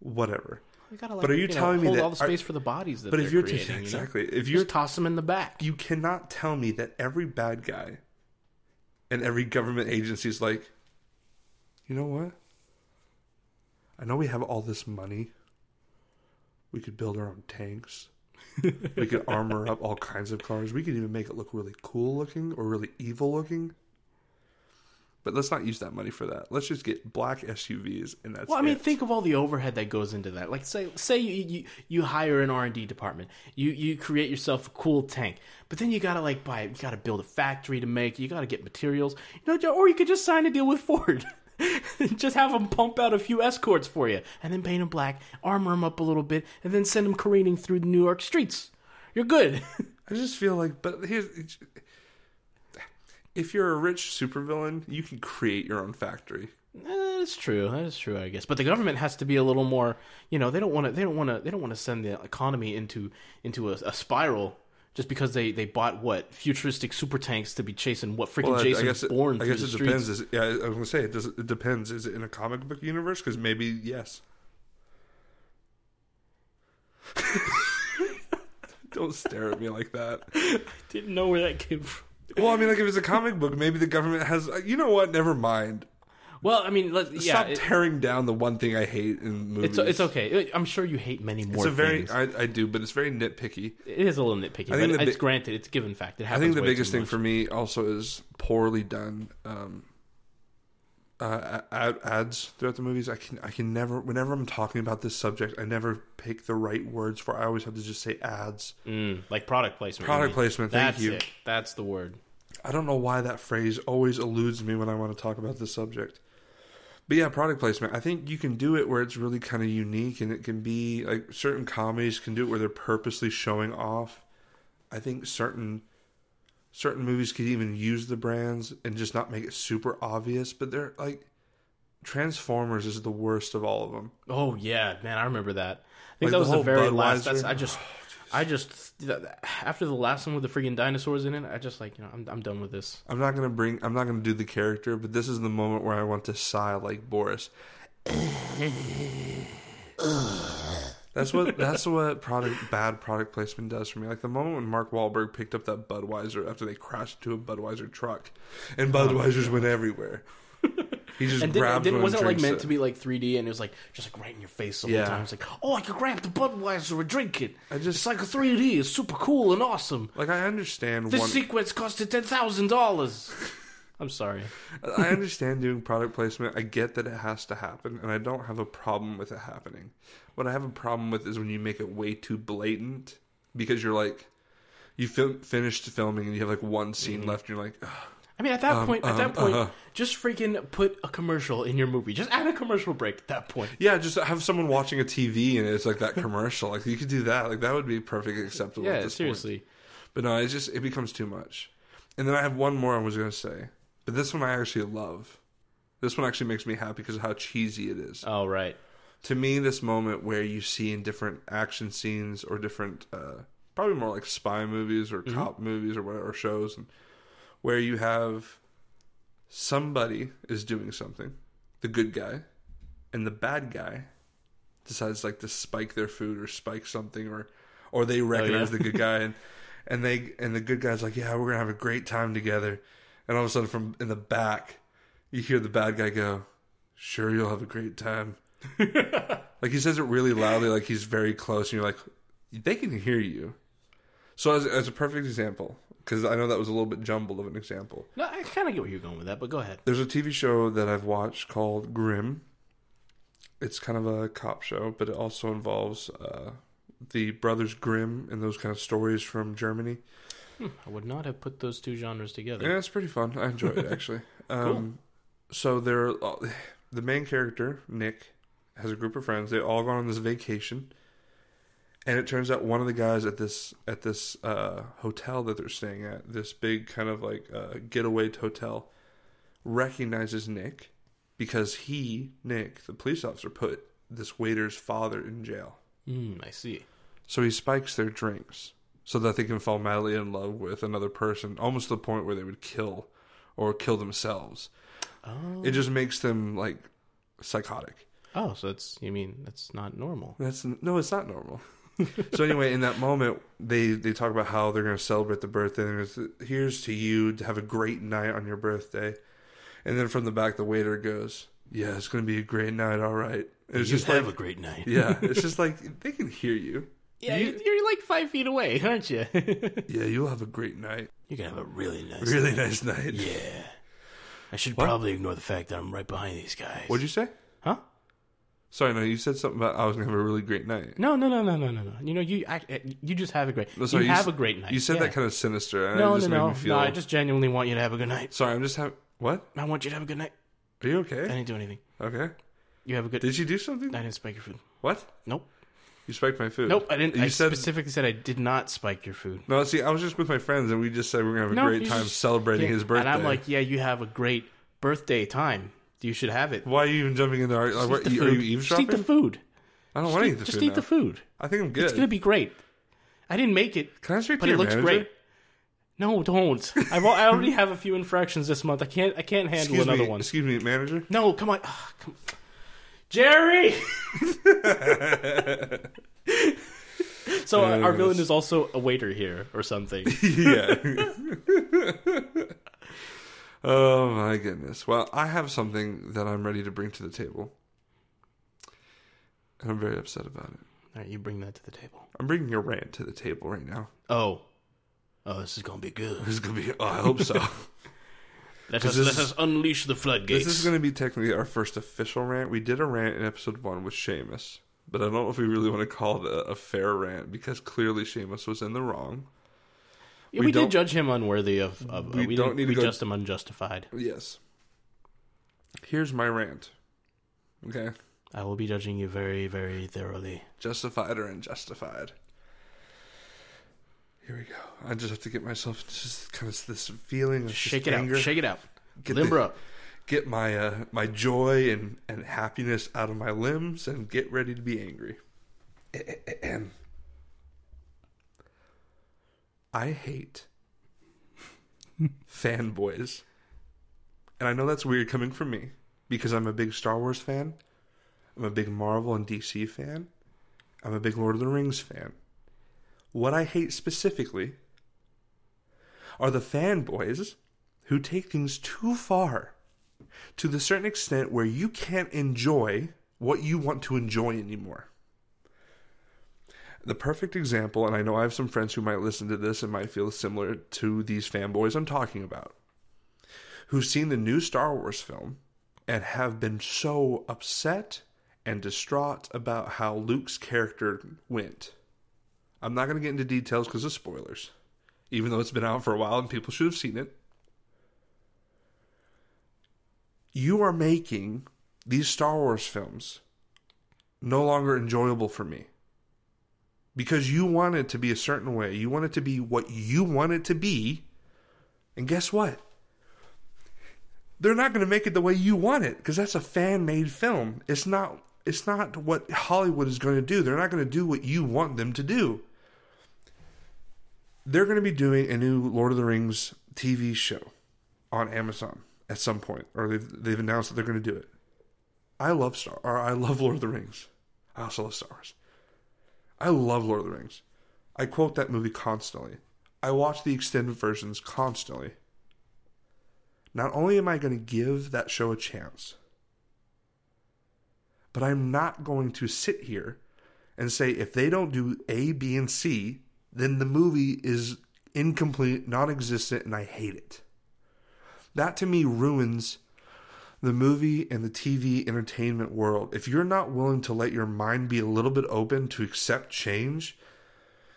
Speaker 2: whatever.
Speaker 1: We gotta, like,
Speaker 2: But are you
Speaker 1: know,
Speaker 2: telling me
Speaker 1: hold
Speaker 2: that-
Speaker 1: all the
Speaker 2: are-
Speaker 1: space for the bodies that
Speaker 2: But
Speaker 1: they're
Speaker 2: if you're
Speaker 1: creating? you know?
Speaker 2: exactly if you're
Speaker 1: just toss them in the back.
Speaker 2: you cannot tell me that every bad guy and every government agency is like, you know what? I know we have all this money. We could build our own tanks. we could armor up all kinds of cars. We could even make it look really cool looking or really evil looking. But let's not use that money for that. Let's just get black SUVs and that's
Speaker 1: Well, I mean,
Speaker 2: it.
Speaker 1: think of all the overhead that goes into that. Like, say, say you you, you hire an R and D department, you you create yourself a cool tank, but then you gotta like buy it, you gotta build a factory to make, it, you gotta get materials, you know, or you could just sign a deal with Ford, just have them pump out a few escorts for you, and then paint them black, armor them up a little bit, and then send them careening through the New York streets. You're good.
Speaker 2: I just feel like, but here's if you're a rich supervillain, you can create your own factory.
Speaker 1: That's Eh, true. That's true. I guess, but the government has to be a little more. You know, they don't want to. They don't want to. They don't want to send the economy into into a, a spiral just because they they bought what futuristic super tanks to be chasing what freaking
Speaker 2: Well, I-
Speaker 1: Jason
Speaker 2: I guess it,
Speaker 1: Bourne
Speaker 2: I
Speaker 1: through
Speaker 2: guess
Speaker 1: the
Speaker 2: it
Speaker 1: streets.
Speaker 2: depends. Is, yeah, I was gonna say it, does, it depends. Is it in a comic book universe? Because maybe yes. Don't stare at me like that.
Speaker 1: Didn't know where that came from.
Speaker 2: Well, I mean, like if it's a comic book, maybe the government has. uh, You know what? Never mind.
Speaker 1: Well, I mean, let, yeah,
Speaker 2: Stop
Speaker 1: it-
Speaker 2: tearing down the one thing I hate in movies.
Speaker 1: it's it's okay. I'm sure you hate many more.
Speaker 2: It's a very.
Speaker 1: things.
Speaker 2: I, I do, but it's very nitpicky.
Speaker 1: It is a little nitpicky,
Speaker 2: think
Speaker 1: but
Speaker 2: the
Speaker 1: it's
Speaker 2: bi-
Speaker 1: granted. It's a given fact. It
Speaker 2: I
Speaker 1: happens.
Speaker 2: think the
Speaker 1: way too
Speaker 2: biggest thing
Speaker 1: much.
Speaker 2: for me also is poorly done um, uh, ad- ads throughout the movies. I can I can never whenever I'm talking about this subject, I never pick the right words for. it. I always have to just say ads.
Speaker 1: Mm, like product placement. you
Speaker 2: Product
Speaker 1: mean.
Speaker 2: placement, thank
Speaker 1: That's
Speaker 2: you.
Speaker 1: It. That's the word.
Speaker 2: I don't know why that phrase always eludes me when I want to talk about this subject. But yeah, product placement. I think you can do it where it's really kind of unique and it can be like certain comedies can do it where they're purposely showing off. I think certain certain movies could even use the brands and just not make it super obvious, but they're like Transformers is the worst of all of them.
Speaker 1: Oh yeah, man, I remember that. I think that
Speaker 2: Like, the
Speaker 1: was the
Speaker 2: whole
Speaker 1: very last. That's,
Speaker 2: Budweiser.
Speaker 1: I just, I just after the last one with the freaking dinosaurs in it, I just like you know I'm I'm done with this.
Speaker 2: I'm not gonna bring. I'm not gonna do the character, but this is the moment where I want to sigh like Boris. that's what. That's what product bad product placement does for me. Like the moment when Mark Wahlberg picked up that Budweiser after they crashed into a Budweiser truck, and Budweisers went everywhere. He just
Speaker 1: And didn't,
Speaker 2: grabbed
Speaker 1: didn't,
Speaker 2: one.
Speaker 1: wasn't it
Speaker 2: and
Speaker 1: like meant
Speaker 2: drinks
Speaker 1: to be like 3D and it was like just like right in your face the
Speaker 2: Yeah.
Speaker 1: whole time? It's like oh I could grab the Budweiser and drink it.
Speaker 2: I just-
Speaker 1: it's like a 3D. It's super cool and awesome.
Speaker 2: Like I understand
Speaker 1: This
Speaker 2: one.
Speaker 1: sequence costed ten thousand dollars. I'm sorry.
Speaker 2: I understand doing product placement. I get that it has to happen, and I don't have a problem with it happening. What I have a problem with is when you make it way too blatant because you're like, you film, finished filming and you have like one scene
Speaker 1: Mm-hmm.
Speaker 2: left, and you're like, "Ugh."
Speaker 1: I mean, at that
Speaker 2: Um,
Speaker 1: point, at
Speaker 2: um,
Speaker 1: that point,
Speaker 2: uh-huh.
Speaker 1: just freaking put a commercial in your movie. Just add a commercial break at that point.
Speaker 2: yeah, just have someone watching a TV and it's like that commercial. Like you could do that. Like that would be perfectly acceptable. at
Speaker 1: Yeah,
Speaker 2: this
Speaker 1: seriously.
Speaker 2: Point. But no, it just it becomes too much. And then I have one more I was gonna say, but this one I actually love. This one actually makes me happy because of how cheesy it is.
Speaker 1: All right.
Speaker 2: to me this moment where you see in different action scenes or different uh probably more like spy movies or cop movies or whatever or shows and where you have somebody is doing something the good guy and the bad guy decides like to spike their food or spike something or or they recognize
Speaker 1: yeah.
Speaker 2: the good guy, and and they and the good guy's like, yeah, we're gonna have a great time together, and all of a sudden from in the back, you hear the bad guy go, sure, you'll have a great time. like he says it really loudly, like he's very close, and you're like, they can hear you. So as as a perfect example, because I know that was a little bit jumbled of an example.
Speaker 1: No, I kind of get where you're going with that, but go ahead.
Speaker 2: There's a TV show that I've watched called Grimm. It's kind of a cop show, but it also involves uh, the brothers Grimm and those kind of stories from Germany.
Speaker 1: I would not have put those two genres together.
Speaker 2: Yeah, it's pretty fun. I enjoy it actually. Um, So they're uh, the main character Nick has a group of friends. They all gone on this vacation, and it turns out one of the guys at this at this uh, hotel that they're staying at, this big kind of like uh, getaway hotel, recognizes Nick because he Nick, the police officer, put this waiter's father in jail.
Speaker 1: Mm, I see.
Speaker 2: So he spikes their drinks so that they can fall madly in love with another person, almost to the point where they would kill or kill themselves.
Speaker 1: Oh,
Speaker 2: It just makes them like psychotic.
Speaker 1: oh, so that's you mean that's not normal.
Speaker 2: That's no, it's not normal. so anyway, in that moment, they they talk about how they're going to celebrate the birthday. And it's, here's to you to have a great night on your birthday. And then from the back, the waiter goes, "Yeah, it's going to be a great night. All right." It's just like,
Speaker 1: a great night.
Speaker 2: yeah, it's just like they can hear you.
Speaker 1: Yeah, you, you're like five feet away, aren't you? you're
Speaker 2: Yeah, you'll have a great night.
Speaker 1: gonna have a really nice.
Speaker 2: Really nice night.
Speaker 1: Yeah. I should probably ignore the fact that I'm right behind these guys.
Speaker 2: What'd you say?
Speaker 1: Huh?
Speaker 2: Sorry, no, you said something about I was gonna have a really great night.
Speaker 1: No, no, no, no, no, no, no. You know, you I, you just have a great.
Speaker 2: No, sorry,
Speaker 1: you,
Speaker 2: you
Speaker 1: have
Speaker 2: s-
Speaker 1: a great night.
Speaker 2: You said
Speaker 1: Yeah.
Speaker 2: that kind of sinister, and
Speaker 1: No,
Speaker 2: it just
Speaker 1: no,
Speaker 2: made
Speaker 1: no,
Speaker 2: me feel.
Speaker 1: no. I just genuinely want you to have a good night.
Speaker 2: Sorry, I'm just having. What?
Speaker 1: I want you to have a good night.
Speaker 2: Are you
Speaker 1: I
Speaker 2: okay?
Speaker 1: didn't do anything.
Speaker 2: Okay.
Speaker 1: You have a good.
Speaker 2: Did you do something?
Speaker 1: I didn't spike your food.
Speaker 2: What?
Speaker 1: Nope.
Speaker 2: You spiked my food.
Speaker 1: Nope. I didn't.
Speaker 2: You
Speaker 1: I
Speaker 2: said
Speaker 1: specifically said I did not spike your food.
Speaker 2: no. See, I was just with my friends, and we just said we are gonna have a
Speaker 1: No,
Speaker 2: great
Speaker 1: you
Speaker 2: time
Speaker 1: just-
Speaker 2: celebrating
Speaker 1: Yeah.
Speaker 2: his birthday.
Speaker 1: And I'm like, yeah, you have a great birthday time. You should have it.
Speaker 2: why are you even jumping into our? Like,
Speaker 1: Just
Speaker 2: what,
Speaker 1: eat the
Speaker 2: are you
Speaker 1: food.
Speaker 2: eavesdropping?
Speaker 1: Just eat the food.
Speaker 2: I don't
Speaker 1: Just
Speaker 2: want to
Speaker 1: eat,
Speaker 2: eat the
Speaker 1: just
Speaker 2: food.
Speaker 1: eat the
Speaker 2: now.
Speaker 1: food.
Speaker 2: I think I'm
Speaker 1: It's
Speaker 2: good.
Speaker 1: gonna be great. I didn't make it,
Speaker 2: Can I speak
Speaker 1: but
Speaker 2: to
Speaker 1: it
Speaker 2: your
Speaker 1: looks
Speaker 2: manager?
Speaker 1: great. No, don't. I've al- I already have a few infractions this month. I can't. I can't handle
Speaker 2: Excuse
Speaker 1: another
Speaker 2: me.
Speaker 1: one.
Speaker 2: Excuse me, manager.
Speaker 1: No, come on. Ah, come Jerry. so our-
Speaker 2: Uh,
Speaker 1: our villain is also a waiter here or something.
Speaker 2: yeah. oh my goodness. Well, I have something that I'm ready to bring to the table. And I'm very upset about it.
Speaker 1: All right, you bring that to the table.
Speaker 2: I'm bringing a rant to the table right now.
Speaker 1: Oh, oh, this is gonna be good.
Speaker 2: This is going to be, oh, I hope so.
Speaker 1: Let us
Speaker 2: this
Speaker 1: let
Speaker 2: is-
Speaker 1: us unleash the floodgates.
Speaker 2: this is going to be technically our first official rant. We did a rant in episode one with Seamus, but I don't know if we really want to call it a, a fair rant because clearly Seamus was in the wrong.
Speaker 1: Yeah,
Speaker 2: we
Speaker 1: we,
Speaker 2: don't-
Speaker 1: did judge him unworthy of. of
Speaker 2: We
Speaker 1: we,
Speaker 2: don't
Speaker 1: don't
Speaker 2: need to
Speaker 1: we
Speaker 2: go-
Speaker 1: judged him unjustified.
Speaker 2: Yes. Here's my rant. Okay.
Speaker 1: I will be judging you very, very thoroughly.
Speaker 2: justified or unjustified. Here we go. I just have to get myself just kind of this feeling of
Speaker 1: Shake
Speaker 2: just
Speaker 1: it
Speaker 2: anger.
Speaker 1: out. Shake it out.
Speaker 2: Get
Speaker 1: Limber
Speaker 2: the-
Speaker 1: up.
Speaker 2: Get my uh, my joy and, and happiness out of my limbs and get ready to be angry. Ahem. I hate fanboys. And I know that's weird coming from me because I'm a big Star Wars fan. I'm a big Marvel and DC fan. I'm a big Lord of the Rings fan. What I hate specifically are the fanboys who take things too far to the certain extent where you can't enjoy what you want to enjoy anymore. The perfect example, and I know I have some friends who might listen to this and might feel similar to these fanboys I'm talking about, who've seen the new Star Wars film and have been so upset and distraught about how Luke's character went. I'm not going to get into details because of spoilers, even though it's been out for a while and people should have seen it. you are making these Star Wars films no longer enjoyable for me. Because you want it to be a certain way. You want it to be what you want it to be. And guess what? They're not going to make it the way you want it because that's a fan-made film. It's not it's not what Hollywood is going to do. They're not going to do what you want them to do. They're going to be doing a new Lord of the Rings TV show on Amazon at some point, or they've, they've announced that they're going to do it. I love Star, or I love Lord of the Rings. I also love Star Wars. I love Lord of the Rings. I quote that movie constantly. I watch the extended versions constantly. Not only am I going to give that show a chance, but I'm not going to sit here and say if they don't do A, B, and C, then the movie is incomplete, non existent, and I hate it. That to me ruins the movie and the TV entertainment world. If you're not willing to let your mind be a little bit open to accept change,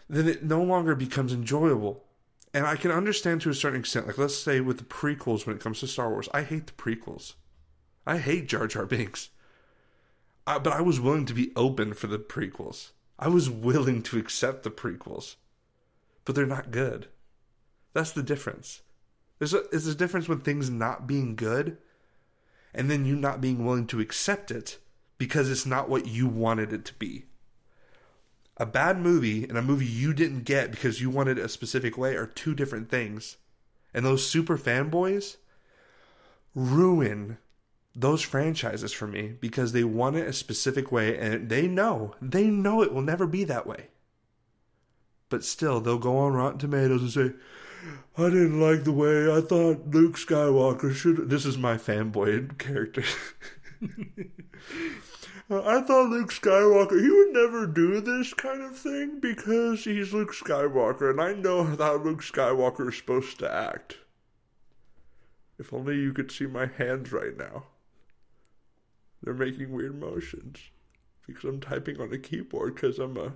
Speaker 2: then it no longer becomes enjoyable. And I can understand to a certain extent, like let's say with the prequels when it comes to Star Wars, I hate the prequels. I hate Jar Jar Binks. I, but I was willing to be open for the prequels. I was willing to accept the prequels, but they're not good. That's the difference. There's a, there's a difference when things not being good and then you not being willing to accept it because it's not what you wanted it to be. A bad movie and a movie you didn't get because you wanted it a specific way are two different things. And those super fanboys ruin those franchises for me because they want it a specific way and they know, they know it will never be that way. But still, they'll go on Rotten Tomatoes and say, I didn't like the way I thought Luke Skywalker should. This is my fanboy character. Uh, I thought Luke Skywalker, he would never do this kind of thing because he's Luke Skywalker, and I know how Luke Skywalker is supposed to act. If only you could see my hands right now. They're making weird motions because I'm typing on a keyboard because I'm a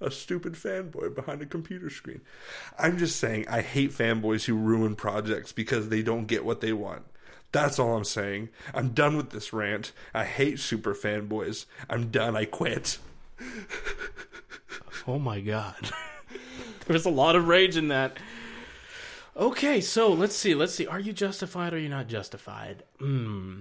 Speaker 2: a stupid fanboy behind a computer screen. I'm just saying I hate fanboys who ruin projects because they don't get what they want. That's all I'm saying. I'm done with this rant. I hate super fanboys. I'm done. I quit.
Speaker 1: Oh my god. there was a lot of rage in that. Okay, so let's see. Let's see. Are you justified or are you not justified? Hmm.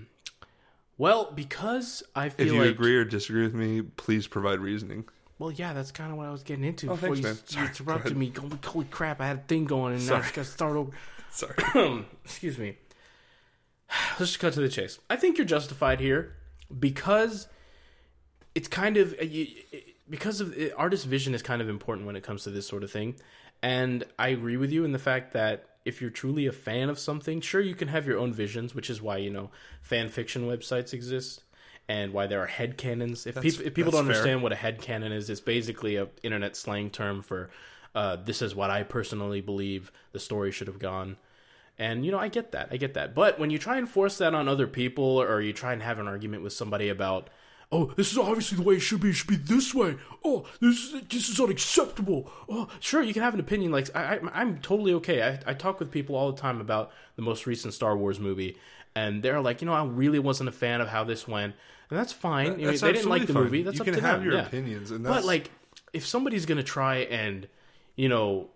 Speaker 1: Well, because I feel
Speaker 2: If you
Speaker 1: like
Speaker 2: agree or disagree with me, please provide reasoning.
Speaker 1: well, yeah, that's kind of what I was getting into
Speaker 2: Oh,
Speaker 1: before
Speaker 2: thanks,
Speaker 1: you,
Speaker 2: man.
Speaker 1: you
Speaker 2: Sorry, go
Speaker 1: interrupted
Speaker 2: ahead.
Speaker 1: me. Holy- Holy crap! I had a thing going, and now I
Speaker 2: Sorry.
Speaker 1: just got to start over.
Speaker 2: Sorry.
Speaker 1: excuse me. Let's just cut to the chase. I think you're justified here because it's kind of uh, you- because of uh, artist vision is kind of important when it comes to this sort of thing, and I agree with you in the fact that if you're truly a fan of something, sure you can have your own visions, which is why you know fan fiction websites exist. And why there are headcanons. If, peop- if people
Speaker 2: that's
Speaker 1: don't
Speaker 2: fair.
Speaker 1: understand what a headcanon is, it's basically a internet slang term for uh, this is what I personally believe the story should have gone. And you know, I get that. I get that. But when you try and force that on other people or you try and have an argument with somebody about Oh, this is obviously the way it should be. It should be this way. Oh, this is this is unacceptable. Oh, sure, you can have an opinion. Like I, I I'm totally okay. I, I talk with people all the time about the most recent Star Wars movie, and they're like, you know, I really wasn't a fan of how this went, and that's fine. You know,
Speaker 2: that's
Speaker 1: they didn't
Speaker 2: absolutely
Speaker 1: like the
Speaker 2: fine.
Speaker 1: movie. That's
Speaker 2: You
Speaker 1: up
Speaker 2: can
Speaker 1: to
Speaker 2: have
Speaker 1: them.
Speaker 2: your
Speaker 1: yeah.
Speaker 2: opinions, and
Speaker 1: but
Speaker 2: that's-
Speaker 1: like, if somebody's gonna try and you know,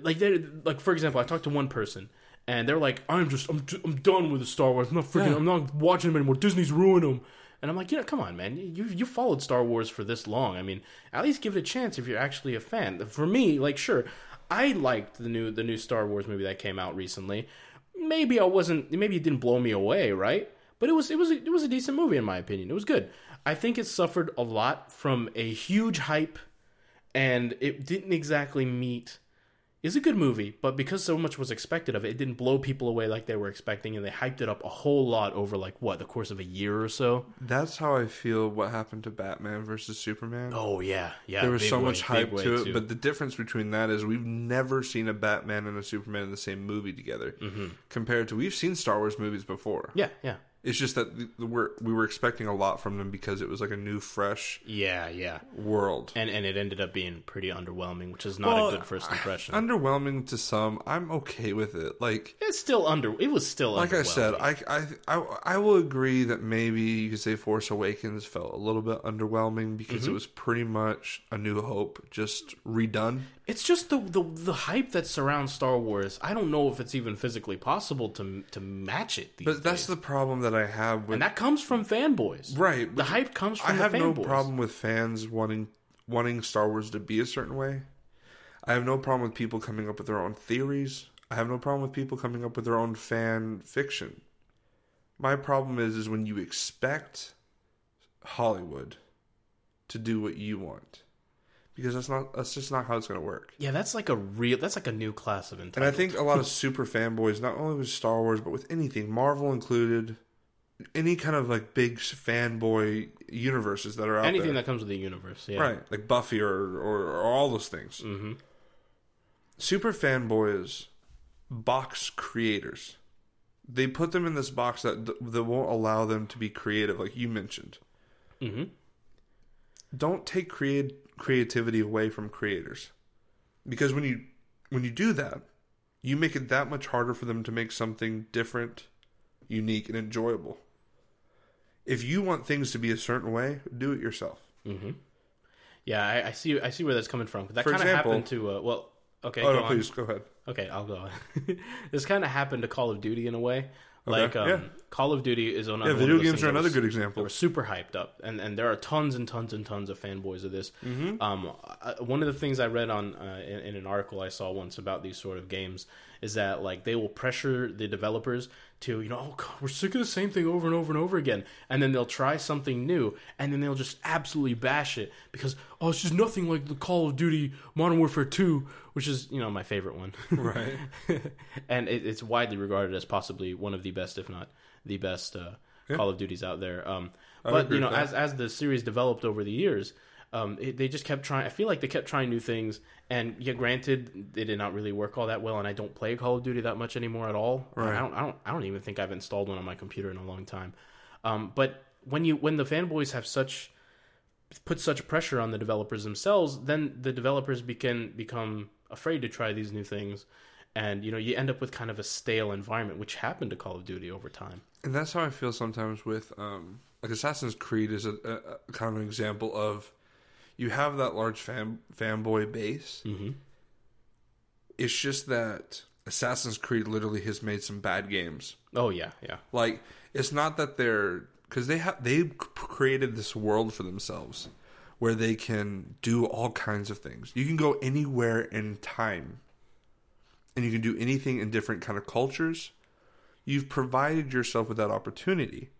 Speaker 1: like they like for example, I talked to one person. And they're like, I'm just, I'm, I'm done with the Star Wars. I'm not freaking, I'm not watching them anymore. Disney's ruined them. And I'm like, yeah, come on, man. You you followed Star Wars for this long. I mean, at least give it a chance if you're actually a fan. For me, like, sure, I liked the new the new Star Wars movie that came out recently. Maybe I wasn't. Maybe it didn't blow me away, right? But it was it was a, it was a decent movie in my opinion. It was good. I think it suffered a lot from a huge hype, and it didn't exactly meet is a good movie, but because so much was expected of it, it didn't blow people away like they were expecting, and they hyped it up a whole lot over like what the course of a year or so.
Speaker 2: That's how I feel what happened to Batman versus Superman.
Speaker 1: Oh yeah, yeah.
Speaker 2: there was
Speaker 1: big
Speaker 2: so
Speaker 1: way,
Speaker 2: much
Speaker 1: big
Speaker 2: hype
Speaker 1: way,
Speaker 2: to it,
Speaker 1: too.
Speaker 2: but the difference between that is we've never seen a Batman and a Superman in the same movie together. Compared to we've seen Star Wars movies before.
Speaker 1: Mm-hmm. yeah, yeah,
Speaker 2: It's just that the, the, we're, we were expecting a lot from them because it was like a new, fresh
Speaker 1: yeah, yeah.
Speaker 2: world.
Speaker 1: And and it ended up being pretty underwhelming, which is not
Speaker 2: Well,
Speaker 1: a good first impression.
Speaker 2: Underwhelming to some, I'm okay with it. Like
Speaker 1: it's still under. It was still
Speaker 2: like I said,
Speaker 1: underwhelming.
Speaker 2: I, I I I will agree that maybe you could say Force Awakens felt a little bit underwhelming because
Speaker 1: Mm-hmm.
Speaker 2: it was pretty much a New Hope just redone.
Speaker 1: It's just the, the the hype that surrounds Star Wars. I don't know if it's even physically possible to to match it. These
Speaker 2: But that's
Speaker 1: days.
Speaker 2: the problem that I have with
Speaker 1: and that comes from fanboys,
Speaker 2: Right.
Speaker 1: The hype comes
Speaker 2: I
Speaker 1: from the
Speaker 2: have no
Speaker 1: fanboys.
Speaker 2: problem with fans wanting wanting Star Wars to be a certain way. I have no problem with people coming up with their own theories. I have no problem with people coming up with their own fan fiction. My problem is is when you expect Hollywood to do what you want. because that's not that's just not how it's going to work.
Speaker 1: Yeah, that's like a real. That's like a new class of entitlement.
Speaker 2: And I think a lot of super fanboys, not only with Star Wars, but with anything, Marvel included, any kind of like big fanboy universes that are out
Speaker 1: anything
Speaker 2: there.
Speaker 1: that comes with the universe. Yeah.
Speaker 2: Right, like Buffy or, or, or all those things.
Speaker 1: Mm-hmm.
Speaker 2: Super fanboys, box creators. They put them in this box that that won't allow them to be creative, like you mentioned.
Speaker 1: Mm-hmm.
Speaker 2: Don't take create creativity away from creators, because when you when you do that, you make it that much harder for them to make something different, unique, and enjoyable. If you want things to be a certain way, do it yourself.
Speaker 1: Mm-hmm. Yeah, I, I see. I see where that's coming from. 'cause That
Speaker 2: For
Speaker 1: kind of
Speaker 2: example-
Speaker 1: happened to. Uh, well, okay. go
Speaker 2: oh no,
Speaker 1: on.
Speaker 2: please go ahead.
Speaker 1: Okay, I'll go. on. this kind of happened to Call of Duty in a way. Like um,
Speaker 2: yeah.
Speaker 1: Call of Duty is on.
Speaker 2: Yeah,
Speaker 1: one
Speaker 2: video
Speaker 1: of those
Speaker 2: games
Speaker 1: things
Speaker 2: are
Speaker 1: that
Speaker 2: another
Speaker 1: was-
Speaker 2: good
Speaker 1: that
Speaker 2: example.
Speaker 1: were super hyped up, and and there are tons and tons and tons of fanboys of this.
Speaker 2: Mm-hmm.
Speaker 1: Um, uh, one of the things I read on uh, in, in an article I saw once about these sort of games is that like they will pressure the developers to you know oh god we're sick of the same thing over and over and over again, and then they'll try something new, and then they'll just absolutely bash it because oh it's just nothing like the Call of Duty Modern Warfare Two, which is you know my favorite one.
Speaker 2: Right.
Speaker 1: and it, it's widely regarded as possibly one of the best, if not the best, uh, Call of Duties out there. Um, but
Speaker 2: agree
Speaker 1: you know,
Speaker 2: with that.
Speaker 1: as as the series developed over the years, um, it, they just kept trying. I feel like they kept trying new things. And yeah, granted, they did not really work all that well. And I don't play Call of Duty that much anymore at all.
Speaker 2: Right.
Speaker 1: I don't. I don't. I don't even think I've installed one on my computer in a long time. Um, but when you when the fanboys have such put such pressure on the developers themselves, then the developers become become afraid to try these new things, and you know you end up with kind of a stale environment, which happened to Call of Duty over time.
Speaker 2: And that's how I feel sometimes with um, like Assassin's Creed is a, a, a kind of an example of you have that large fan fanboy base.
Speaker 1: Mhm.
Speaker 2: It's just that Assassin's Creed literally has made some bad games.
Speaker 1: Oh yeah, yeah,
Speaker 2: Like it's not that they're because they have they created this world for themselves where they can do all kinds of things. You can go anywhere in time, and you can do anything in different kind of cultures. You've provided yourself with that opportunity,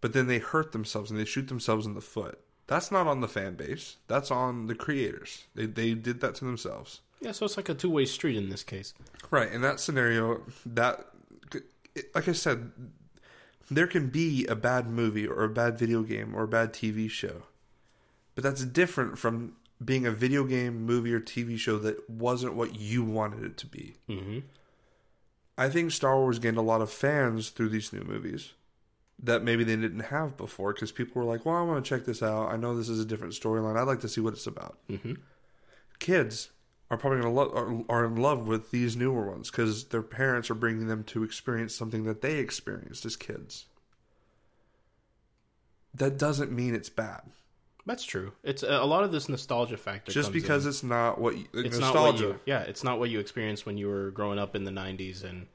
Speaker 2: but then they hurt themselves and they shoot themselves in the foot. That's not on the fan base. That's on the creators. They they did that to themselves.
Speaker 1: yeah. So it's like a two way street in this case.
Speaker 2: Right, in that scenario, that it- like I said, there can be a bad movie or a bad video game or a bad TV show. But that's different from being a video game, movie or TV show that wasn't what you wanted it to be.
Speaker 1: Mm-hmm.
Speaker 2: I think Star Wars gained a lot of fans through these new movies that maybe they didn't have before because people were like, "Well, I want to check this out. I know this is a different storyline. I'd like to see what it's about."
Speaker 1: Mm-hmm.
Speaker 2: kids are probably going to lo- are, are in love with these newer ones because their parents are bringing them to experience something that they experienced as kids. That doesn't mean it's bad.
Speaker 1: That's true. It's uh, a, a lot of this nostalgia factor.
Speaker 2: Just
Speaker 1: comes
Speaker 2: because
Speaker 1: in.
Speaker 2: it's not what you,
Speaker 1: it's not what
Speaker 2: nostalgia.
Speaker 1: you, yeah, it's not what you experienced when you were growing up in the '90s, and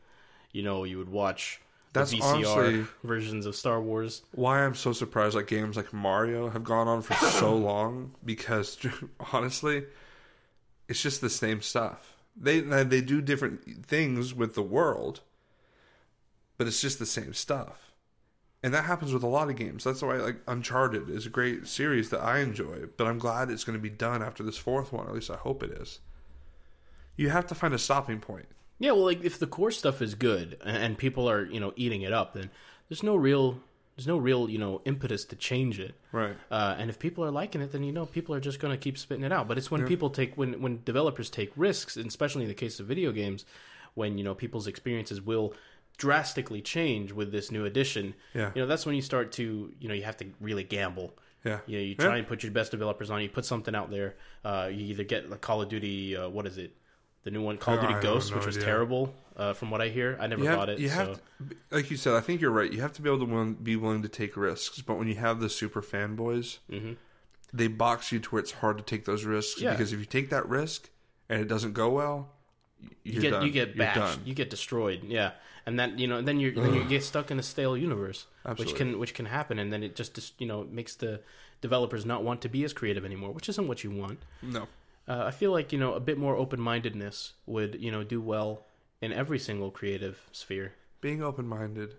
Speaker 1: you know you would watch. the
Speaker 2: That's
Speaker 1: VCR
Speaker 2: honestly-
Speaker 1: versions of Star Wars.
Speaker 2: Why I'm so surprised like games like Mario have gone on for so long because honestly, it's just the same stuff. They they do different things with the world, but it's just the same stuff. And that happens with a lot of games. That's why like Uncharted is a great series that I enjoy, but I'm glad it's going to be done after this fourth one, or at least I hope it is. You have to find a stopping point.
Speaker 1: Yeah, well, like if the core stuff is good and, and people are you know eating it up, then there's no real there's no real you know impetus to change it.
Speaker 2: Right.
Speaker 1: Uh, and if people are liking it, then you know people are just going to keep spitting it out. But it's when people take when when developers take risks, and especially in the case of video games, when you know people's experiences will drastically change with this new addition.
Speaker 2: Yeah.
Speaker 1: You know that's when you start to you know you have to really gamble.
Speaker 2: Yeah.
Speaker 1: You know, you
Speaker 2: Yeah.
Speaker 1: try and put your best developers on. You put something out there. Uh, you either get the Call of Duty. Uh, what is it? The new one, Call of
Speaker 2: I
Speaker 1: Duty
Speaker 2: have
Speaker 1: Ghosts,
Speaker 2: no
Speaker 1: which was
Speaker 2: idea.
Speaker 1: terrible, uh, from what I hear. I never
Speaker 2: you have,
Speaker 1: bought it.
Speaker 2: you
Speaker 1: so.
Speaker 2: have to- like you said, I think you're right. You have to be able to will, be willing to take risks. But when you have the super fanboys, they box you to where it's hard to take those risks
Speaker 1: Mm-hmm. Yeah.
Speaker 2: because if you take that risk and it doesn't go well, y- you're
Speaker 1: you get
Speaker 2: done.
Speaker 1: you get
Speaker 2: You're
Speaker 1: bashed,
Speaker 2: done.
Speaker 1: you get destroyed, yeah, and that you know, then you then you get stuck in a stale universe,
Speaker 2: Absolutely.
Speaker 1: which can which can happen, and then it just dis- you know makes the developers not want to be as creative anymore, which isn't what you want.
Speaker 2: No,
Speaker 1: Uh, I feel like you know a bit more open mindedness would you know do well in every single creative sphere.
Speaker 2: being open minded.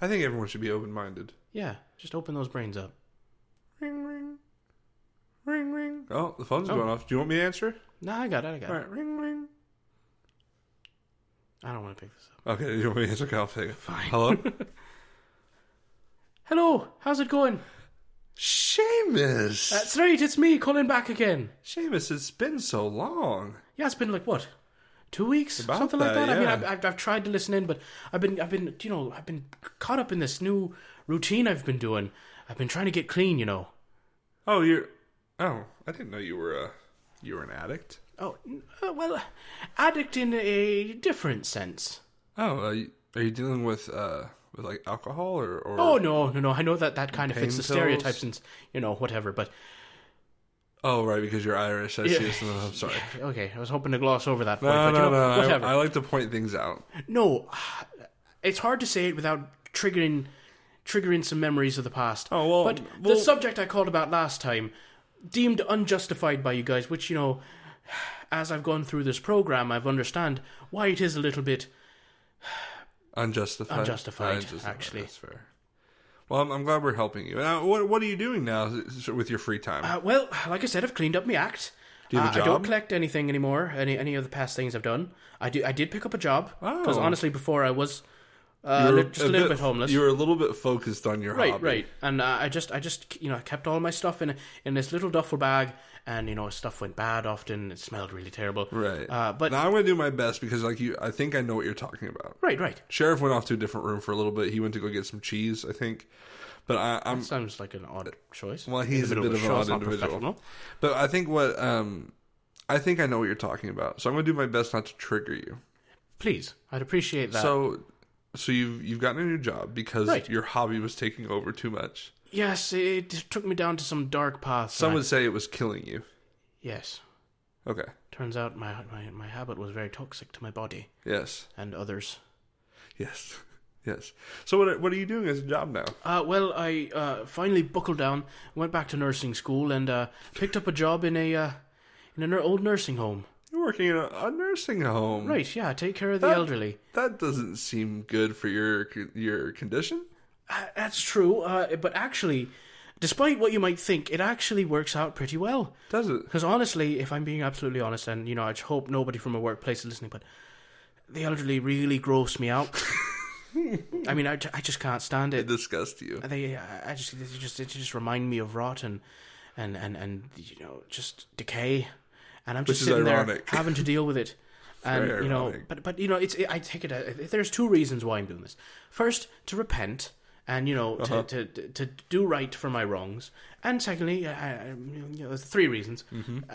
Speaker 2: I think everyone should be open minded.
Speaker 1: Yeah, just open those brains up.
Speaker 2: Ring ring, Ring, ring. Oh, the phone's going off. Do you want me to answer?
Speaker 1: No, I got it. I got
Speaker 2: All
Speaker 1: it.
Speaker 2: right, ring, ring.
Speaker 1: I don't want to pick this up.
Speaker 2: Okay, you want me to answer? Okay, I'll pick it.
Speaker 1: Fine.
Speaker 2: Hello?
Speaker 1: Hello, how's it going?
Speaker 2: Seamus!
Speaker 1: That's right, it's me calling back again.
Speaker 2: Seamus, it's been so long.
Speaker 1: Yeah, it's been like what, two weeks,
Speaker 2: About
Speaker 1: something like
Speaker 2: that,
Speaker 1: that. I mean,
Speaker 2: yeah.
Speaker 1: I've, I've, I've tried to listen in, but I've been, I've been, you know, I've been caught up in this new routine I've been doing. I've been trying to get clean, you know.
Speaker 2: Oh, you're. Oh, I didn't know you were a. You were an addict.
Speaker 1: Oh, n- uh, well, addict in a different sense.
Speaker 2: Oh, are you, are you dealing with uh with like alcohol or or?
Speaker 1: Oh no, no, no. I know that that kind of
Speaker 2: Pain
Speaker 1: fits the
Speaker 2: pills?
Speaker 1: stereotypes and you know whatever, but
Speaker 2: Oh, right, because you're Irish. I see.
Speaker 1: Yeah.
Speaker 2: This, I'm sorry.
Speaker 1: okay, I was hoping to gloss over that point,
Speaker 2: No,
Speaker 1: but you know,
Speaker 2: no, no. I-
Speaker 1: whatever.
Speaker 2: I, like to point things out.
Speaker 1: No, it's hard to say it without triggering triggering some memories of the past.
Speaker 2: Oh, well,
Speaker 1: but
Speaker 2: well-
Speaker 1: the subject I called about last time deemed unjustified by you guys, which you know, as I've gone through this program, I've understand why it is a little bit.
Speaker 2: Unjustified.
Speaker 1: Unjustified, actually.
Speaker 2: that's fair. Well, I'm, I'm glad we're helping you. Now, what what are you doing now s- with your free time?
Speaker 1: Uh, well, like I said, I've cleaned up my act.
Speaker 2: Do you have a
Speaker 1: Uh, I don't
Speaker 2: job?
Speaker 1: collect anything anymore. Any any of the past things I've done, I do. I did pick up a job because
Speaker 2: Oh.
Speaker 1: honestly, before I was uh,
Speaker 2: You're
Speaker 1: li- just a little bit, homeless.
Speaker 2: You're a little bit focused on your
Speaker 1: Right,
Speaker 2: hobby.
Speaker 1: right. And uh, I just, I just, you know, I kept all my stuff in in this little duffel bag, and you know, stuff went bad often. It smelled really terrible.
Speaker 2: right.
Speaker 1: Uh, but
Speaker 2: now I'm gonna do my best because like you, I think I know what you're talking about.
Speaker 1: right, right.
Speaker 2: Sheriff went off to a different room for a little bit. He went to go get some cheese, I think. But I, I'm
Speaker 1: Sounds like an odd choice.
Speaker 2: well,
Speaker 1: In the
Speaker 2: he's a
Speaker 1: middle
Speaker 2: bit of
Speaker 1: a
Speaker 2: an
Speaker 1: show, it's
Speaker 2: odd
Speaker 1: not
Speaker 2: individual.
Speaker 1: professional.
Speaker 2: But I think what um, I think I know what you're talking about. So I'm gonna do my best not to trigger you.
Speaker 1: Please, I'd appreciate that.
Speaker 2: So, so you've you've gotten a new job because
Speaker 1: Right.
Speaker 2: your hobby was taking over too much.
Speaker 1: yes, it took me down to some dark paths.
Speaker 2: Some
Speaker 1: and I-
Speaker 2: would say it was killing you.
Speaker 1: yes.
Speaker 2: Okay.
Speaker 1: Turns out my, my my habit was very toxic to my body
Speaker 2: Yes.
Speaker 1: and others.
Speaker 2: Yes. Yes. So what are, what are you doing as a job now?
Speaker 1: Uh, well, I uh, finally buckled down, went back to nursing school, and uh, picked up a job in a uh, in an old nursing home.
Speaker 2: You're working in a, a nursing home.
Speaker 1: Right, yeah, take care of the
Speaker 2: That-
Speaker 1: elderly.
Speaker 2: That doesn't seem good for your your condition.
Speaker 1: Uh, That's true, uh, but actually, despite what you might think, it actually works out pretty well.
Speaker 2: Does it?
Speaker 1: Because honestly, if I'm being absolutely honest, and you know, I just hope nobody from my workplace is listening, but the elderly really gross me out. I mean, I, ju- I just can't stand
Speaker 2: It
Speaker 1: it.
Speaker 2: disgusts you.
Speaker 1: They, I I just, they just, they just remind me of rot and, and, and, and you know, just decay, and I'm just
Speaker 2: is
Speaker 1: sitting
Speaker 2: ironic.
Speaker 1: there having to deal with it. And
Speaker 2: Very
Speaker 1: you know,
Speaker 2: ironic.
Speaker 1: but but you know, it's I take it. uh, There's two reasons why I'm doing this. First, to repent and you know
Speaker 2: Uh-huh.
Speaker 1: to, to to do right for my wrongs, and secondly, uh, I, I- you know, there's three reasons.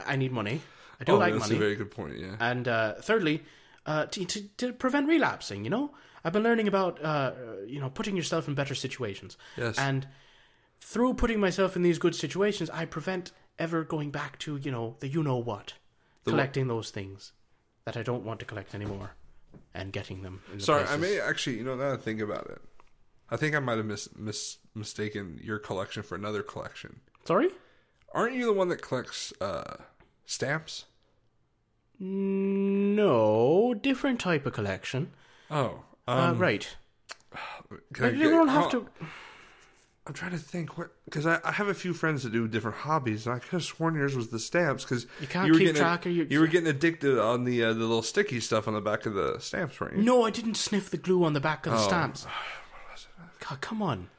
Speaker 1: I need money. I do
Speaker 2: Mm-hmm. Oh,
Speaker 1: like
Speaker 2: that's
Speaker 1: money,
Speaker 2: a very good point. Yeah.
Speaker 1: and uh, thirdly, uh, to, to to prevent relapsing. You know, I've been learning about uh, you know putting yourself in better situations,
Speaker 2: Yes.
Speaker 1: and through putting myself in these good situations, I prevent ever going back to you know the you know what,
Speaker 2: wha-
Speaker 1: collecting those things that I don't want to collect anymore, and getting them. In the
Speaker 2: Sorry, I
Speaker 1: places.
Speaker 2: may actually. You know, now that I think about it, I think I might have mis- mis- mistaken your collection for another collection.
Speaker 1: sorry.
Speaker 2: Aren't you the one that collects uh, stamps?
Speaker 1: No, different type of collection.
Speaker 2: Oh,
Speaker 1: Uh,
Speaker 2: um,
Speaker 1: right.
Speaker 2: can I
Speaker 1: you
Speaker 2: get-
Speaker 1: don't have
Speaker 2: oh,
Speaker 1: to.
Speaker 2: I'm trying to think what because I, I have a few friends that do different hobbies, and I could have sworn yours was the stamps because
Speaker 1: You can't keep track of your-
Speaker 2: you were getting addicted on the uh, the little sticky stuff on the back of the stamps, weren't you?
Speaker 1: No, I didn't sniff the glue on the back of
Speaker 2: Oh.
Speaker 1: the stamps. God, come on.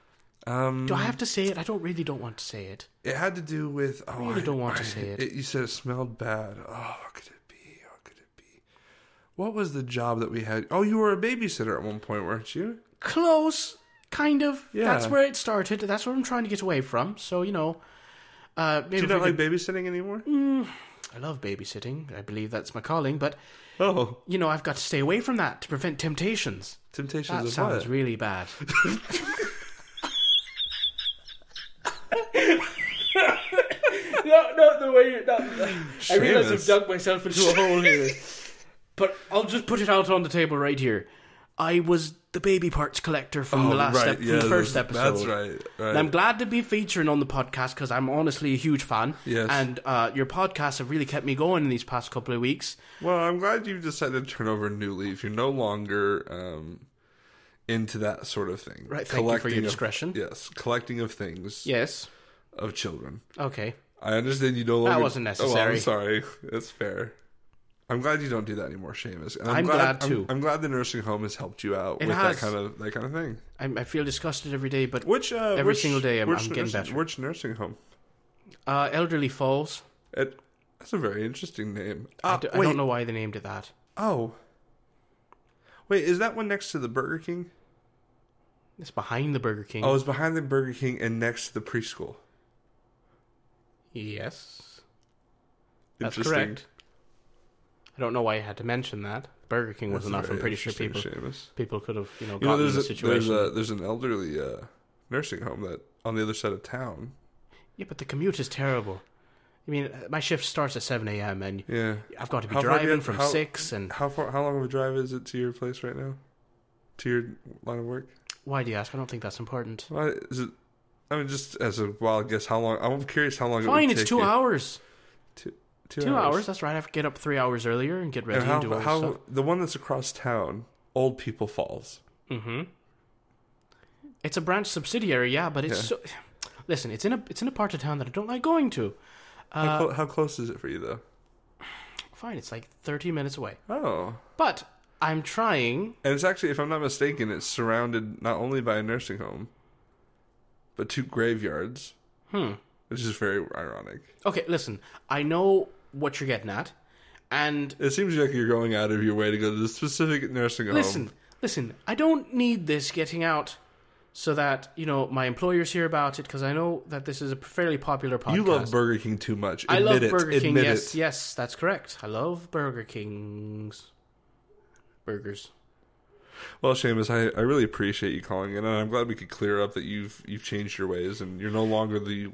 Speaker 2: Um,
Speaker 1: Do I have to say it? I don't really don't want to say it.
Speaker 2: It had to do with. Oh,
Speaker 1: really
Speaker 2: I-
Speaker 1: don't want to
Speaker 2: I-
Speaker 1: say it.
Speaker 2: You said it smelled bad. Oh, what could it be? What could it be? What was the job that we had? Oh, you were a babysitter at one point, weren't you?
Speaker 1: Close, kind of.
Speaker 2: Yeah.
Speaker 1: That's where it started. That's what I'm trying to get away from. So you know, uh, maybe
Speaker 2: Do you
Speaker 1: if
Speaker 2: not
Speaker 1: we
Speaker 2: like
Speaker 1: could- Mm.
Speaker 2: babysitting anymore?
Speaker 1: I love babysitting. I believe that's my calling. But
Speaker 2: Oh,
Speaker 1: you know, I've got to stay away from that to prevent temptations.
Speaker 2: temptations
Speaker 1: That
Speaker 2: of
Speaker 1: sounds
Speaker 2: what?
Speaker 1: really bad. no, no, the way you. No, I realize I've
Speaker 2: Seamus.
Speaker 1: dug myself into a hole here, but I'll just put it out on the table right here. I was the baby parts collector from
Speaker 2: Oh,
Speaker 1: the last
Speaker 2: right,
Speaker 1: ep- from
Speaker 2: yeah,
Speaker 1: the first
Speaker 2: that's-
Speaker 1: episode.
Speaker 2: That's right.
Speaker 1: And
Speaker 2: right.
Speaker 1: I'm glad to be featuring on the podcast because I'm honestly a huge fan.
Speaker 2: Yes.
Speaker 1: And uh, your podcasts have really kept me going in these past couple of weeks.
Speaker 2: Well, I'm glad you've decided to turn over a new leaf. You're no longer um, into that sort of thing.
Speaker 1: Right, thank you for your
Speaker 2: of-
Speaker 1: discretion.
Speaker 2: yes, collecting of things
Speaker 1: Yes.
Speaker 2: of children.
Speaker 1: Okay.
Speaker 2: I understand you no longer.
Speaker 1: That wasn't
Speaker 2: Oh, well,
Speaker 1: necessary.
Speaker 2: I'm sorry. That's fair. I'm glad you don't do that anymore, Seamus. And
Speaker 1: I'm glad,
Speaker 2: I'm-
Speaker 1: too.
Speaker 2: I'm, glad the nursing home has helped you out
Speaker 1: It
Speaker 2: with
Speaker 1: has.
Speaker 2: that kind of that kind of thing.
Speaker 1: I, I feel disgusted every day, but
Speaker 2: Which uh,
Speaker 1: Every
Speaker 2: which-
Speaker 1: single day I'm-
Speaker 2: which
Speaker 1: I'm getting
Speaker 2: nursing,
Speaker 1: better.
Speaker 2: Which nursing home?
Speaker 1: uh, Elderly Falls.
Speaker 2: It, that's a very interesting name.
Speaker 1: I
Speaker 2: Ah,
Speaker 1: d- I
Speaker 2: wait.
Speaker 1: don't know why they named it that.
Speaker 2: Oh, wait. Is that one next to the Burger King?
Speaker 1: It's behind the Burger King.
Speaker 2: Oh, it's behind the Burger King and next to the preschool.
Speaker 1: yes, that's
Speaker 2: Interesting.
Speaker 1: correct. I don't know why I had to mention that. Burger King was
Speaker 2: That's
Speaker 1: enough.
Speaker 2: very
Speaker 1: I'm pretty sure
Speaker 2: interesting,
Speaker 1: people
Speaker 2: Seamus.
Speaker 1: people could have you know
Speaker 2: You know,
Speaker 1: gotten
Speaker 2: there's
Speaker 1: in
Speaker 2: a,
Speaker 1: the situation.
Speaker 2: there's a there's an elderly uh, nursing home that on the other side of town.
Speaker 1: Yeah, but the commute is terrible. I mean, uh, my shift starts at seven a.m. and
Speaker 2: Yeah.
Speaker 1: I've got to be
Speaker 2: How far do you
Speaker 1: driving
Speaker 2: have-
Speaker 1: from
Speaker 2: how-
Speaker 1: six. And
Speaker 2: How far? How long of a drive is it to your place right now? To your line of work?
Speaker 1: why do you ask? I don't think that's important.
Speaker 2: Why is it? I mean, just as a wild guess, how long? I'm curious how long. it
Speaker 1: Fine,
Speaker 2: would
Speaker 1: it's
Speaker 2: take
Speaker 1: two
Speaker 2: you-
Speaker 1: hours.
Speaker 2: Two,
Speaker 1: two hours. That's right. I have to get up three hours earlier and get ready
Speaker 2: And
Speaker 1: and,
Speaker 2: how?
Speaker 1: do all
Speaker 2: how
Speaker 1: this stuff.
Speaker 2: the one that's across town, Old People Falls.
Speaker 1: Mm-hmm. It's a branch subsidiary, yeah, but it's so. Listen, it's in a it's in a part of town that I don't like going to.
Speaker 2: How,
Speaker 1: Uh,
Speaker 2: clo- how close is it for you though?
Speaker 1: fine, it's like thirty minutes away,
Speaker 2: Oh,
Speaker 1: but I'm trying.
Speaker 2: and it's actually, if I'm not mistaken, it's surrounded not only by a nursing home, but two graveyards,
Speaker 1: Hmm.
Speaker 2: which is very ironic.
Speaker 1: Okay, listen, I know what you're getting at, and
Speaker 2: It seems like you're going out of your way to go to the specific nursing home.
Speaker 1: Listen, listen. I don't need this getting out so that you know my employers hear about it because I know that this is a fairly popular podcast.
Speaker 2: You love Burger King too much.
Speaker 1: I love
Speaker 2: Admit it.
Speaker 1: Burger King.
Speaker 2: Admit
Speaker 1: Yes,
Speaker 2: it.
Speaker 1: yes, that's correct. I love Burger King's burgers.
Speaker 2: Well, Seamus, I, I really appreciate you calling in, and I'm glad we could clear up that you've you've changed your ways and you're no longer the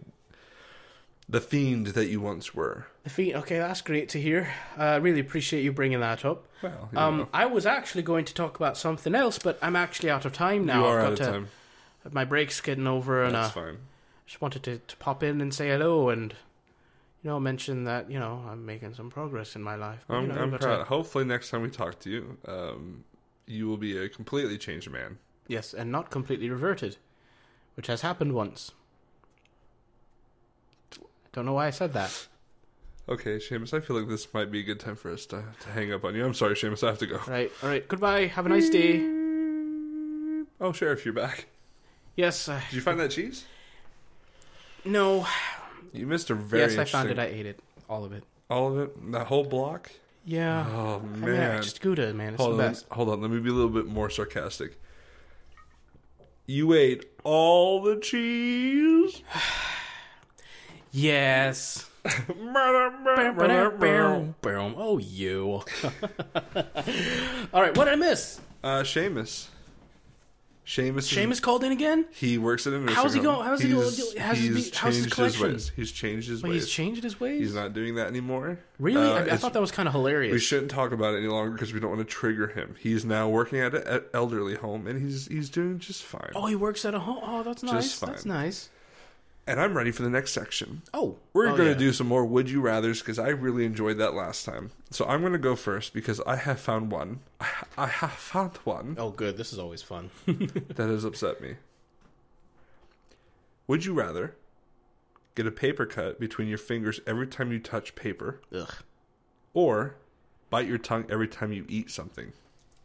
Speaker 2: the fiend that you once were.
Speaker 1: The feet. Okay, that's great to hear. I really appreciate you bringing that up.
Speaker 2: Well, you,
Speaker 1: Um,
Speaker 2: know,
Speaker 1: I was actually going to talk about something else, but I'm actually out of time now.
Speaker 2: you are
Speaker 1: I've got
Speaker 2: out of
Speaker 1: to,
Speaker 2: time.
Speaker 1: My break's getting over, and uh,
Speaker 2: That's fine.
Speaker 1: just wanted to, to pop in and say hello and you know mention that you know I'm making some progress in my life. But,
Speaker 2: I'm,
Speaker 1: you know,
Speaker 2: I'm
Speaker 1: but,
Speaker 2: proud.
Speaker 1: uh,
Speaker 2: Hopefully, next time we talk to you, um, you will be a completely changed man.
Speaker 1: yes, and not completely reverted, which has happened once. I don't know why I said that.
Speaker 2: Okay, Seamus, I feel like this might be a good time for us to, to hang up on you. I'm sorry, Seamus, I have to go.
Speaker 1: Right, all right. Goodbye. Have a nice day.
Speaker 2: Oh, Sheriff, you're back.
Speaker 1: Yes. Uh,
Speaker 2: Did you find that cheese?
Speaker 1: no.
Speaker 2: You missed a very
Speaker 1: yes, I found it.
Speaker 2: interesting-
Speaker 1: I ate it. All of it.
Speaker 2: All of it, that whole block.
Speaker 1: Yeah.
Speaker 2: Oh
Speaker 1: I mean,
Speaker 2: man!
Speaker 1: I just Gouda, man. It's
Speaker 2: hold
Speaker 1: the
Speaker 2: on,
Speaker 1: best.
Speaker 2: hold on. Let me be a little bit more sarcastic. You ate all the cheese.
Speaker 1: Yes.
Speaker 2: uh,
Speaker 1: Boom, boom. Oh, you. all right. What did I miss?
Speaker 2: Seamus. Seamus. is-
Speaker 1: Seamus called in again.
Speaker 2: He works at a nursing
Speaker 1: How's he
Speaker 2: home.
Speaker 1: go- how's he go-
Speaker 2: He's-
Speaker 1: how's his-
Speaker 2: he's
Speaker 1: how's his
Speaker 2: changed
Speaker 1: collection?
Speaker 2: ways. He's changed his
Speaker 1: Wait,
Speaker 2: ways.
Speaker 1: he's changed his ways.
Speaker 2: He's not doing that anymore.
Speaker 1: Really?
Speaker 2: Uh,
Speaker 1: I, I
Speaker 2: it's-
Speaker 1: thought that was kind of hilarious.
Speaker 2: We shouldn't talk about it any longer because we don't want to trigger him. He's now working at an e- elderly home, and he's he's doing just fine.
Speaker 1: Oh, he works at a home. Oh, that's nice.
Speaker 2: fine.
Speaker 1: That's nice.
Speaker 2: And I'm ready for the next section.
Speaker 1: Oh,
Speaker 2: We're
Speaker 1: oh,
Speaker 2: going to
Speaker 1: yeah.
Speaker 2: do some more would you rather's because I really enjoyed that last time. So I'm going to go first because I have found one. I, I have found one
Speaker 1: Oh, good. This is always fun.
Speaker 2: that has upset me. Would you rather get a paper cut between your fingers every time you touch paper
Speaker 1: Ugh.
Speaker 2: or bite your tongue every time you eat something?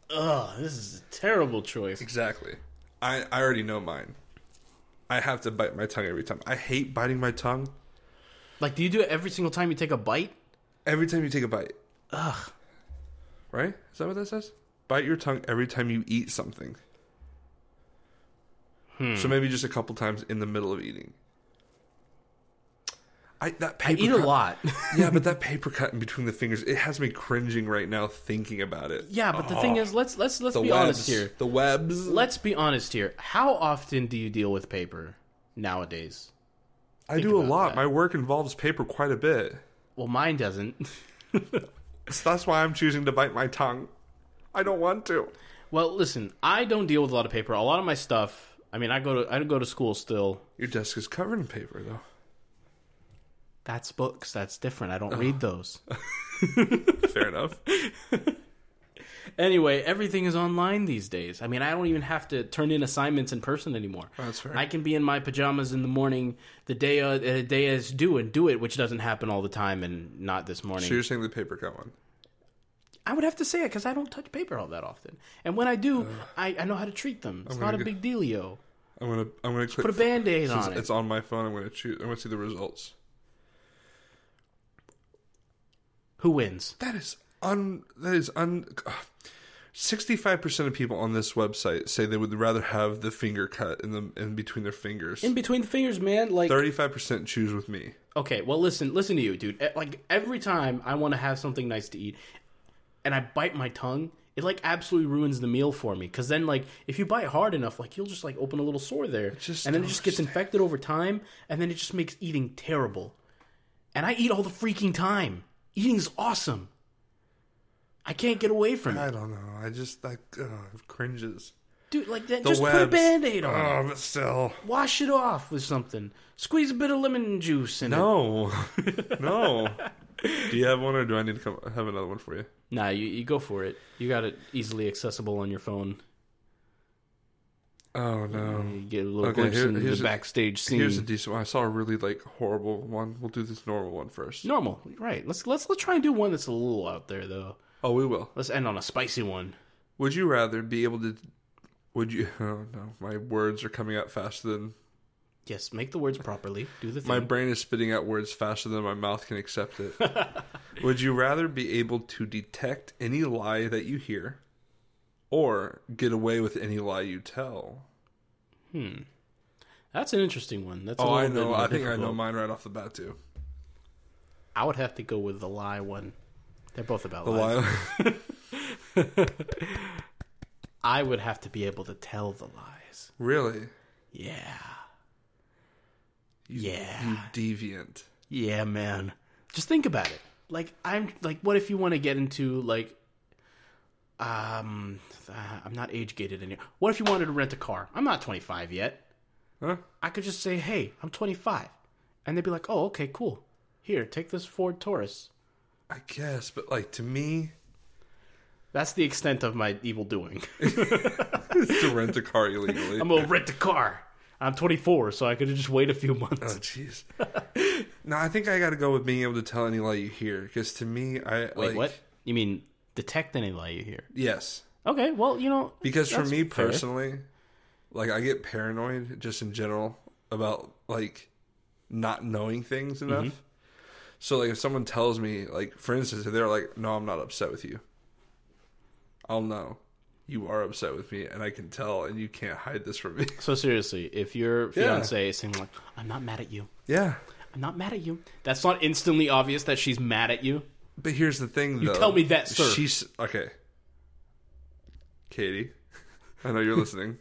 Speaker 1: Ugh. This is a terrible choice.
Speaker 2: Exactly. I, I already know mine. I have to bite my tongue every time. I hate biting my tongue
Speaker 1: Like, do you do it every single time you take a bite?
Speaker 2: every time you take a bite.
Speaker 1: Ugh.
Speaker 2: Right? Is that what that says? Bite your tongue every time you eat something.
Speaker 1: Hmm.
Speaker 2: So maybe just a couple times in the middle of eating. I that
Speaker 1: I
Speaker 2: paper
Speaker 1: eat a
Speaker 2: cut-
Speaker 1: lot.
Speaker 2: yeah, but that paper cut in between the fingers, it has me cringing right now thinking about it. Oh,
Speaker 1: yeah, but the thing is, let's let's let's
Speaker 2: the
Speaker 1: be
Speaker 2: webs,
Speaker 1: honest here.
Speaker 2: The webs.
Speaker 1: Let's be honest here. How often do you deal with paper nowadays?
Speaker 2: I do a
Speaker 1: about
Speaker 2: lot.
Speaker 1: that.
Speaker 2: My work involves paper quite a bit.
Speaker 1: Well, mine doesn't.
Speaker 2: So that's why I'm choosing to bite my tongue. I don't want to.
Speaker 1: well, listen. I don't deal with a lot of paper. A lot of my stuff. I mean, I go to I go to school still.
Speaker 2: Your desk is covered in paper though.
Speaker 1: That's
Speaker 2: Oh.
Speaker 1: books. That's different. I don't read those.
Speaker 2: Fair enough.
Speaker 1: Anyway, everything is online these days. I mean, I don't even have to turn in assignments in person anymore.
Speaker 2: That's fair.
Speaker 1: I can be in my pajamas in the morning, the day uh, the day is due, and do it, which doesn't happen all the time, and not this morning.
Speaker 2: So you're saying the paper cut one?
Speaker 1: I would have to say it because I don't touch paper all that often, and when I do,
Speaker 2: Uh.
Speaker 1: I, I know how to treat them. It's not a
Speaker 2: gonna
Speaker 1: big dealio.
Speaker 2: I'm gonna I'm gonna click.
Speaker 1: Put a band aid on it.
Speaker 2: It's on my phone. I'm gonna choose. I'm gonna see the results.
Speaker 1: Who wins?
Speaker 2: That is un. That is un. Sixty-five percent of people on this website say they would rather have the finger cut in the in between their fingers.
Speaker 1: In between the fingers, man. Like
Speaker 2: Thirty-five percent choose with me.
Speaker 1: Okay, well, listen, listen to you, dude. E- Like every time I want to have something nice to eat, and I bite my tongue, it like absolutely ruins the meal for me. Because then, like, if you bite hard enough, like you'll just like open a little sore there,
Speaker 2: just
Speaker 1: and then it
Speaker 2: don't
Speaker 1: just gets infected over time, and then it just makes eating terrible. And I eat all the freaking time. Eating's awesome. I can't get away from
Speaker 2: I
Speaker 1: it,
Speaker 2: don't know. I just like uh, it cringes.
Speaker 1: dude. Like that, just put a
Speaker 2: webs.
Speaker 1: band-aid on. it.
Speaker 2: Oh, but still,
Speaker 1: Wash it off with something. Squeeze a bit of lemon juice in it.
Speaker 2: no, no. Do you have one, or do I need to come have another one for you?
Speaker 1: Nah, you, you go for it. You got it easily accessible on your phone.
Speaker 2: Oh no. Hmm.
Speaker 1: You get a little
Speaker 2: Okay,
Speaker 1: glimpse
Speaker 2: here-
Speaker 1: into
Speaker 2: here's
Speaker 1: the
Speaker 2: a-
Speaker 1: backstage scene.
Speaker 2: Here's a decent one. I saw a really like horrible one. We'll do this normal one first.
Speaker 1: Normal, right? Let's let's let's try and do one that's a little out there though.
Speaker 2: Oh, we will.
Speaker 1: Let's end on a spicy one.
Speaker 2: Would you rather be able to? Would you? Oh no, my words are coming out faster than
Speaker 1: Yes, make the words properly. Do the thing.
Speaker 2: my brain is spitting out words faster than my mouth can accept it. Would you rather be able to detect any lie that you hear, or get away with any lie you tell?
Speaker 1: that's an interesting one. That's a
Speaker 2: Oh, I
Speaker 1: little bit
Speaker 2: know.
Speaker 1: more
Speaker 2: I think I know
Speaker 1: difficult.
Speaker 2: mine right off the bat too.
Speaker 1: I would have to go with the lie one. They're both about
Speaker 2: The
Speaker 1: lies.
Speaker 2: lie.
Speaker 1: I would have to be able to tell the lies.
Speaker 2: really?
Speaker 1: Yeah,
Speaker 2: You-
Speaker 1: Yeah.
Speaker 2: You deviant.
Speaker 1: yeah, man. Just think about it. Like I'm like, what if you want to get into like, um, uh, I'm not age gated anymore. What if you wanted to rent a car? I'm not 25 yet.
Speaker 2: Huh?
Speaker 1: I could just say, "Hey, I'm 25," and they'd be like, "Oh, okay, cool. Here, take this Ford Taurus."
Speaker 2: I guess, but like to me,
Speaker 1: That's the extent of my evil doing.
Speaker 2: to rent a car illegally.
Speaker 1: I'm gonna rent a car. I'm 24, so I could just wait a few
Speaker 2: Oh,
Speaker 1: months.
Speaker 2: jeez. no, I think I got to go with being able to tell any lie you hear. Because to me, I
Speaker 1: Wait,
Speaker 2: like,
Speaker 1: what? You mean detect any lie you hear?
Speaker 2: Yes,
Speaker 1: Okay, well, you know,
Speaker 2: because for
Speaker 1: that's
Speaker 2: me
Speaker 1: fair.
Speaker 2: personally, like I get paranoid just in general about like not knowing things
Speaker 1: Mm-hmm.
Speaker 2: enough. So like, if someone tells me, like for instance, if they're like, "No, I'm not upset with you," I'll know you are upset with me, and I can tell, and you can't hide this from me.
Speaker 1: So seriously, if your
Speaker 2: Yeah.
Speaker 1: fiance is saying like, "I'm not mad at you,"
Speaker 2: yeah,
Speaker 1: I'm not mad at you. That's not instantly obvious that she's mad at you.
Speaker 2: but here's the thing, though.
Speaker 1: tell me that, sir.
Speaker 2: She's okay. Katie, I know you're listening.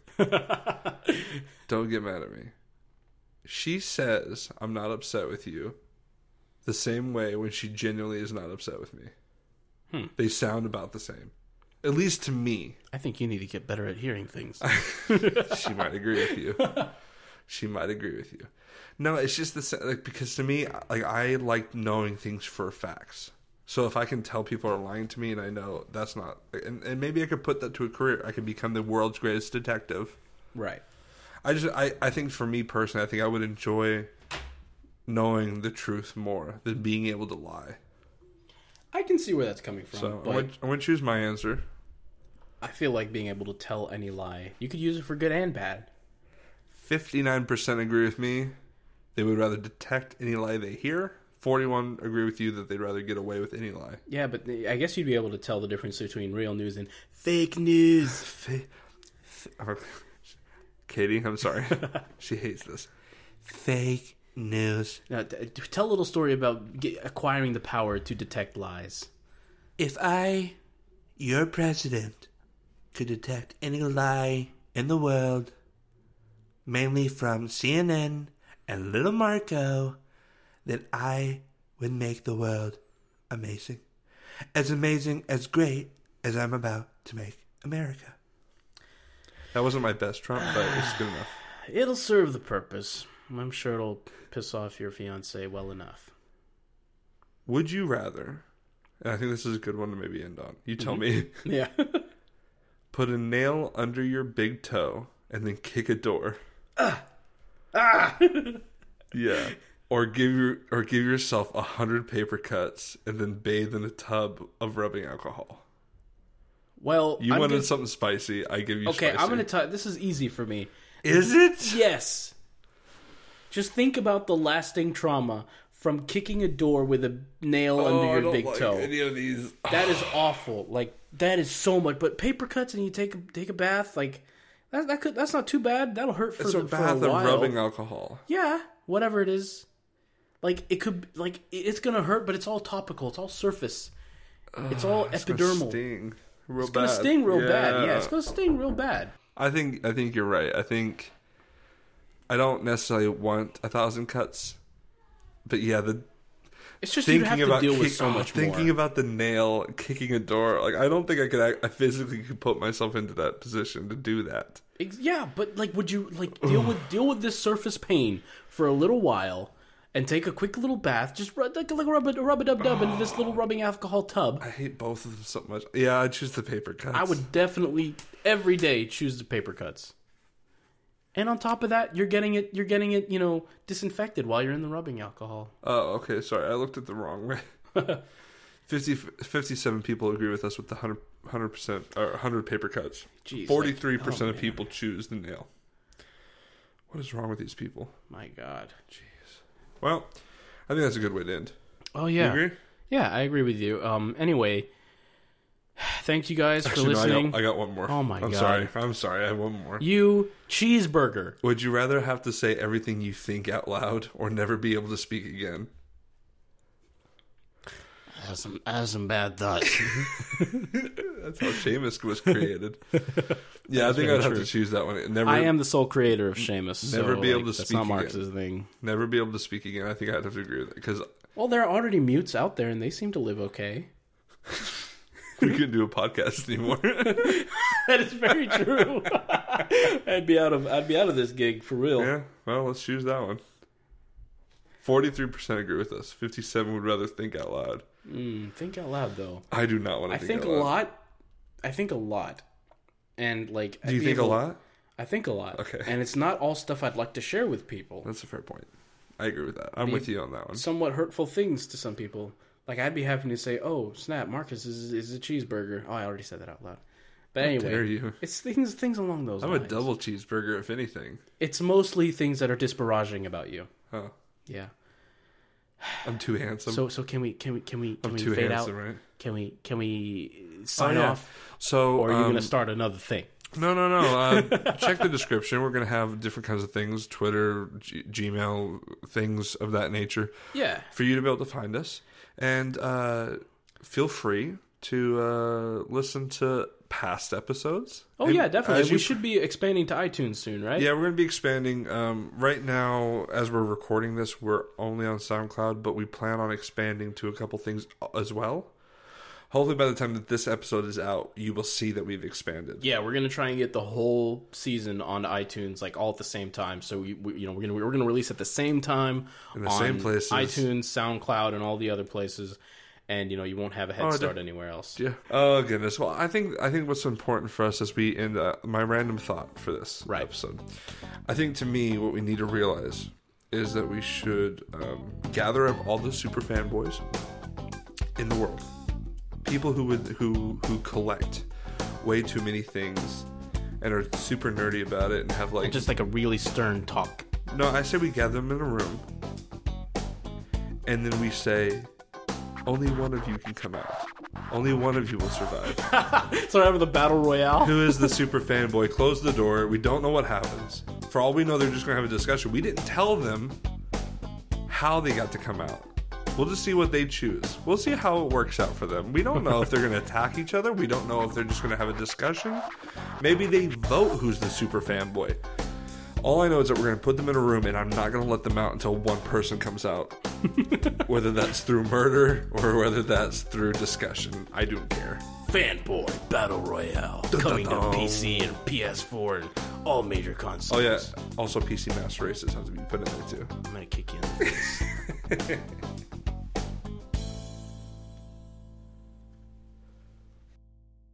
Speaker 2: Don't get mad at me. She says I'm not upset with you the same way when she genuinely is not upset with me.
Speaker 1: Hmm.
Speaker 2: They sound about the same. At least to me.
Speaker 1: I think you need to get better at hearing things.
Speaker 2: She might agree with you. She might agree with you. No, it's just the sa- like because to me like I like knowing things for facts. So if I can tell people are lying to me and I know that's not and, and maybe I could put that to a career. I could become the world's greatest detective.
Speaker 1: right.
Speaker 2: I just I, I think for me personally, I think I would enjoy knowing the truth more than being able to lie.
Speaker 1: I can see where that's coming from.
Speaker 2: So
Speaker 1: but-
Speaker 2: I'm, gonna, I'm gonna choose my answer.
Speaker 1: I feel like being able to tell any lie. You could use it for good and bad.
Speaker 2: Fifty nine percent agree with me. They would rather detect any lie they hear. Forty one agree with you that they'd rather get away with any lie.
Speaker 1: Yeah, but the- I guess you'd be able to tell the difference between real news and fake news.
Speaker 2: Fa- fa- Katie, I'm sorry. she hates this. Fake news.
Speaker 1: Now, t- t- tell a little story about ge- acquiring the power to detect lies.
Speaker 4: If I, your president, could detect any lie in the world, mainly from CNN and Little Marco, then I would make the world amazing. As amazing, as great as I'm about to make America.
Speaker 2: That wasn't my best Trump, but it's good enough.
Speaker 1: It'll serve the purpose. I'm sure it'll piss off your fiance well enough.
Speaker 2: Would you rather and I think this is a good one to maybe end on. You tell me.
Speaker 1: Yeah.
Speaker 2: Put a nail under your big toe and then kick a door. Yeah. Or give your or give yourself a hundred paper cuts and then bathe in a tub of rubbing alcohol.
Speaker 1: well,
Speaker 2: You
Speaker 1: I'm
Speaker 2: wanted
Speaker 1: gonna-
Speaker 2: something spicy. I give you
Speaker 1: Okay,
Speaker 2: Spicy.
Speaker 1: I'm gonna talk. This is easy for me.
Speaker 4: Is it?
Speaker 1: Yes. Just think about the lasting trauma from kicking a door with a nail
Speaker 2: Oh,
Speaker 1: under your big toe.
Speaker 2: Any of these?
Speaker 1: That is awful. Like that is so much. But paper cuts and you take a, take a bath. Like that, that could that's not too bad. That'll hurt for,
Speaker 2: It's a
Speaker 1: the- for
Speaker 2: bath
Speaker 1: a
Speaker 2: of
Speaker 1: while.
Speaker 2: rubbing alcohol.
Speaker 1: Yeah, whatever it is. Like it could like it- it's gonna hurt, but it's all topical. It's all surface. It's all
Speaker 2: It's gonna
Speaker 1: epidermal.
Speaker 2: sting. Real
Speaker 1: It's gonna
Speaker 2: bad.
Speaker 1: sting real bad. Yeah, it's gonna sting real bad.
Speaker 2: I think I think you're right. I think I don't necessarily want a thousand cuts, but yeah, the
Speaker 1: It's just you have
Speaker 2: thinking
Speaker 1: to
Speaker 2: about
Speaker 1: deal with
Speaker 2: kick-
Speaker 1: so much
Speaker 2: thinking
Speaker 1: more.
Speaker 2: about the nail kicking a door. Like I don't think I could. act- I physically could put myself into that position to do that.
Speaker 1: Ex- yeah, but like, would you like deal with deal with this surface pain for a little while? And take a quick little bath, just rub, like, like rub a rub a dub dub into this little rubbing alcohol tub.
Speaker 2: I hate both of them so much. Yeah, I choose the paper cuts.
Speaker 1: I would definitely every day choose the paper cuts. And on top of that, you're getting it you're getting it, you know, disinfected while you're in the rubbing alcohol.
Speaker 2: Oh, okay. Sorry, I looked at the wrong way. 50, 57 people agree with us with the 100 percent or hundred paper cuts.
Speaker 1: Jeez,
Speaker 2: Forty three percent
Speaker 1: like- oh,
Speaker 2: of people choose the nail. What is wrong with these people?
Speaker 1: My god.
Speaker 2: Well, I think that's a good way to end.
Speaker 1: Oh yeah.
Speaker 2: You agree?
Speaker 1: Yeah, I agree with you. Um anyway, thank you guys for
Speaker 2: Actually, no, I got-
Speaker 1: listening.
Speaker 2: I, got, one more.
Speaker 1: Oh, my
Speaker 2: I'm
Speaker 1: God.
Speaker 2: sorry. I'm sorry. I have one more.
Speaker 1: You cheeseburger.
Speaker 2: Would you rather have to say everything you think out loud or never be able to speak again?
Speaker 1: I have some I have some bad thoughts.
Speaker 2: That's how Seamus was created. yeah, I think I'd have to choose that one. Never,
Speaker 1: I am the sole creator of Seamus.
Speaker 2: Never
Speaker 1: so,
Speaker 2: be able
Speaker 1: like,
Speaker 2: to
Speaker 1: that's
Speaker 2: speak
Speaker 1: not
Speaker 2: again.
Speaker 1: Marx's thing.
Speaker 2: never be able to speak again. I think I'd have to agree with that because
Speaker 1: Well, there are already mutes out there and they seem to live okay.
Speaker 2: we couldn't do a podcast anymore.
Speaker 1: That is very true. I'd be out of I'd be out of this gig for real.
Speaker 2: yeah, well, let's choose that one. Forty-three percent agree with us. Fifty-seven would rather think out loud.
Speaker 1: Mm, Think out loud though.
Speaker 2: I do not want to.
Speaker 1: I think a
Speaker 2: out loud.
Speaker 1: lot. I think a lot, and like.
Speaker 2: Do you think a lot?
Speaker 1: I think a lot.
Speaker 2: Okay.
Speaker 1: And it's not all stuff I'd like to share with people.
Speaker 2: That's a fair point. I agree with that. I'm with you on that one.
Speaker 1: Somewhat hurtful things to some people. Like I'd be happy to say, "Oh, snap! Marcus is is a cheeseburger." Oh, I already said that out loud. But anyway,
Speaker 2: dare you.
Speaker 1: it's things things along those
Speaker 2: I'm a
Speaker 1: lines.
Speaker 2: double cheeseburger, if anything.
Speaker 1: It's mostly things that are disparaging about you.
Speaker 2: Oh,
Speaker 1: Yeah.
Speaker 2: I'm too handsome.
Speaker 1: So so can we can we can we can we
Speaker 2: too
Speaker 1: fade
Speaker 2: handsome,
Speaker 1: out?
Speaker 2: right?
Speaker 1: Can we can we
Speaker 2: Oh,
Speaker 1: sign
Speaker 2: yeah.
Speaker 1: off?
Speaker 2: So,
Speaker 1: Or are you
Speaker 2: um,
Speaker 1: going to start another thing?
Speaker 2: No, no, no. Uh, check the description. We're going to have different kinds of things Twitter, G- Gmail, things of that nature
Speaker 1: Yeah.
Speaker 2: for you to be able to find us. And uh, feel free to uh, listen to past episodes.
Speaker 1: Oh
Speaker 2: And
Speaker 1: yeah, definitely.
Speaker 2: as
Speaker 1: We
Speaker 2: you-
Speaker 1: should be expanding to iTunes soon, right?
Speaker 2: Yeah, we're going to be expanding. Um, right now, as we're recording this, we're only on SoundCloud, but we plan on expanding to a couple things as well. Hopefully, by the time that this episode is out, you will see that we've expanded.
Speaker 1: Yeah, we're gonna try and get the whole season on iTunes like all at the same time. So we, we you know we're gonna we're gonna release at the same time in
Speaker 2: the same places.
Speaker 1: iTunes, SoundCloud, and all the other places. And you know you won't have a head
Speaker 2: Oh, I
Speaker 1: start anywhere else.
Speaker 2: Yeah. Oh goodness. Well, I think I think what's important for us as we end uh, my random thought for this
Speaker 1: Right.
Speaker 2: episode. I think to me, what we need to realize is that we should um, gather up all the super fanboys in the world, people who would who who collect way too many things and are super nerdy about it and have like
Speaker 1: Just like a really stern talk.
Speaker 2: no, I say we gather them in a room, and then we say, only one of you can come out. Only one of you will survive.
Speaker 1: So having the battle royale.
Speaker 2: Who is the super fanboy? Close the door. We don't know what happens. For all we know, they're just going to have a discussion. We didn't tell them how they got to come out. We'll just see what they choose. We'll see how it works out for them. We don't know if they're going to attack each other. We don't know if they're just going to have a discussion. Maybe they vote who's the super fanboy. All I know is that we're going to put them in a room and I'm not going to let them out until one person comes out. whether that's through murder or whether that's through discussion, I don't care.
Speaker 1: Fanboy Battle Royale coming to PC and PS4 and all major
Speaker 2: Oh
Speaker 1: consoles.
Speaker 2: yeah. Also, PC Master Races have to be put in there too.
Speaker 1: I'm gonna kick you in the face.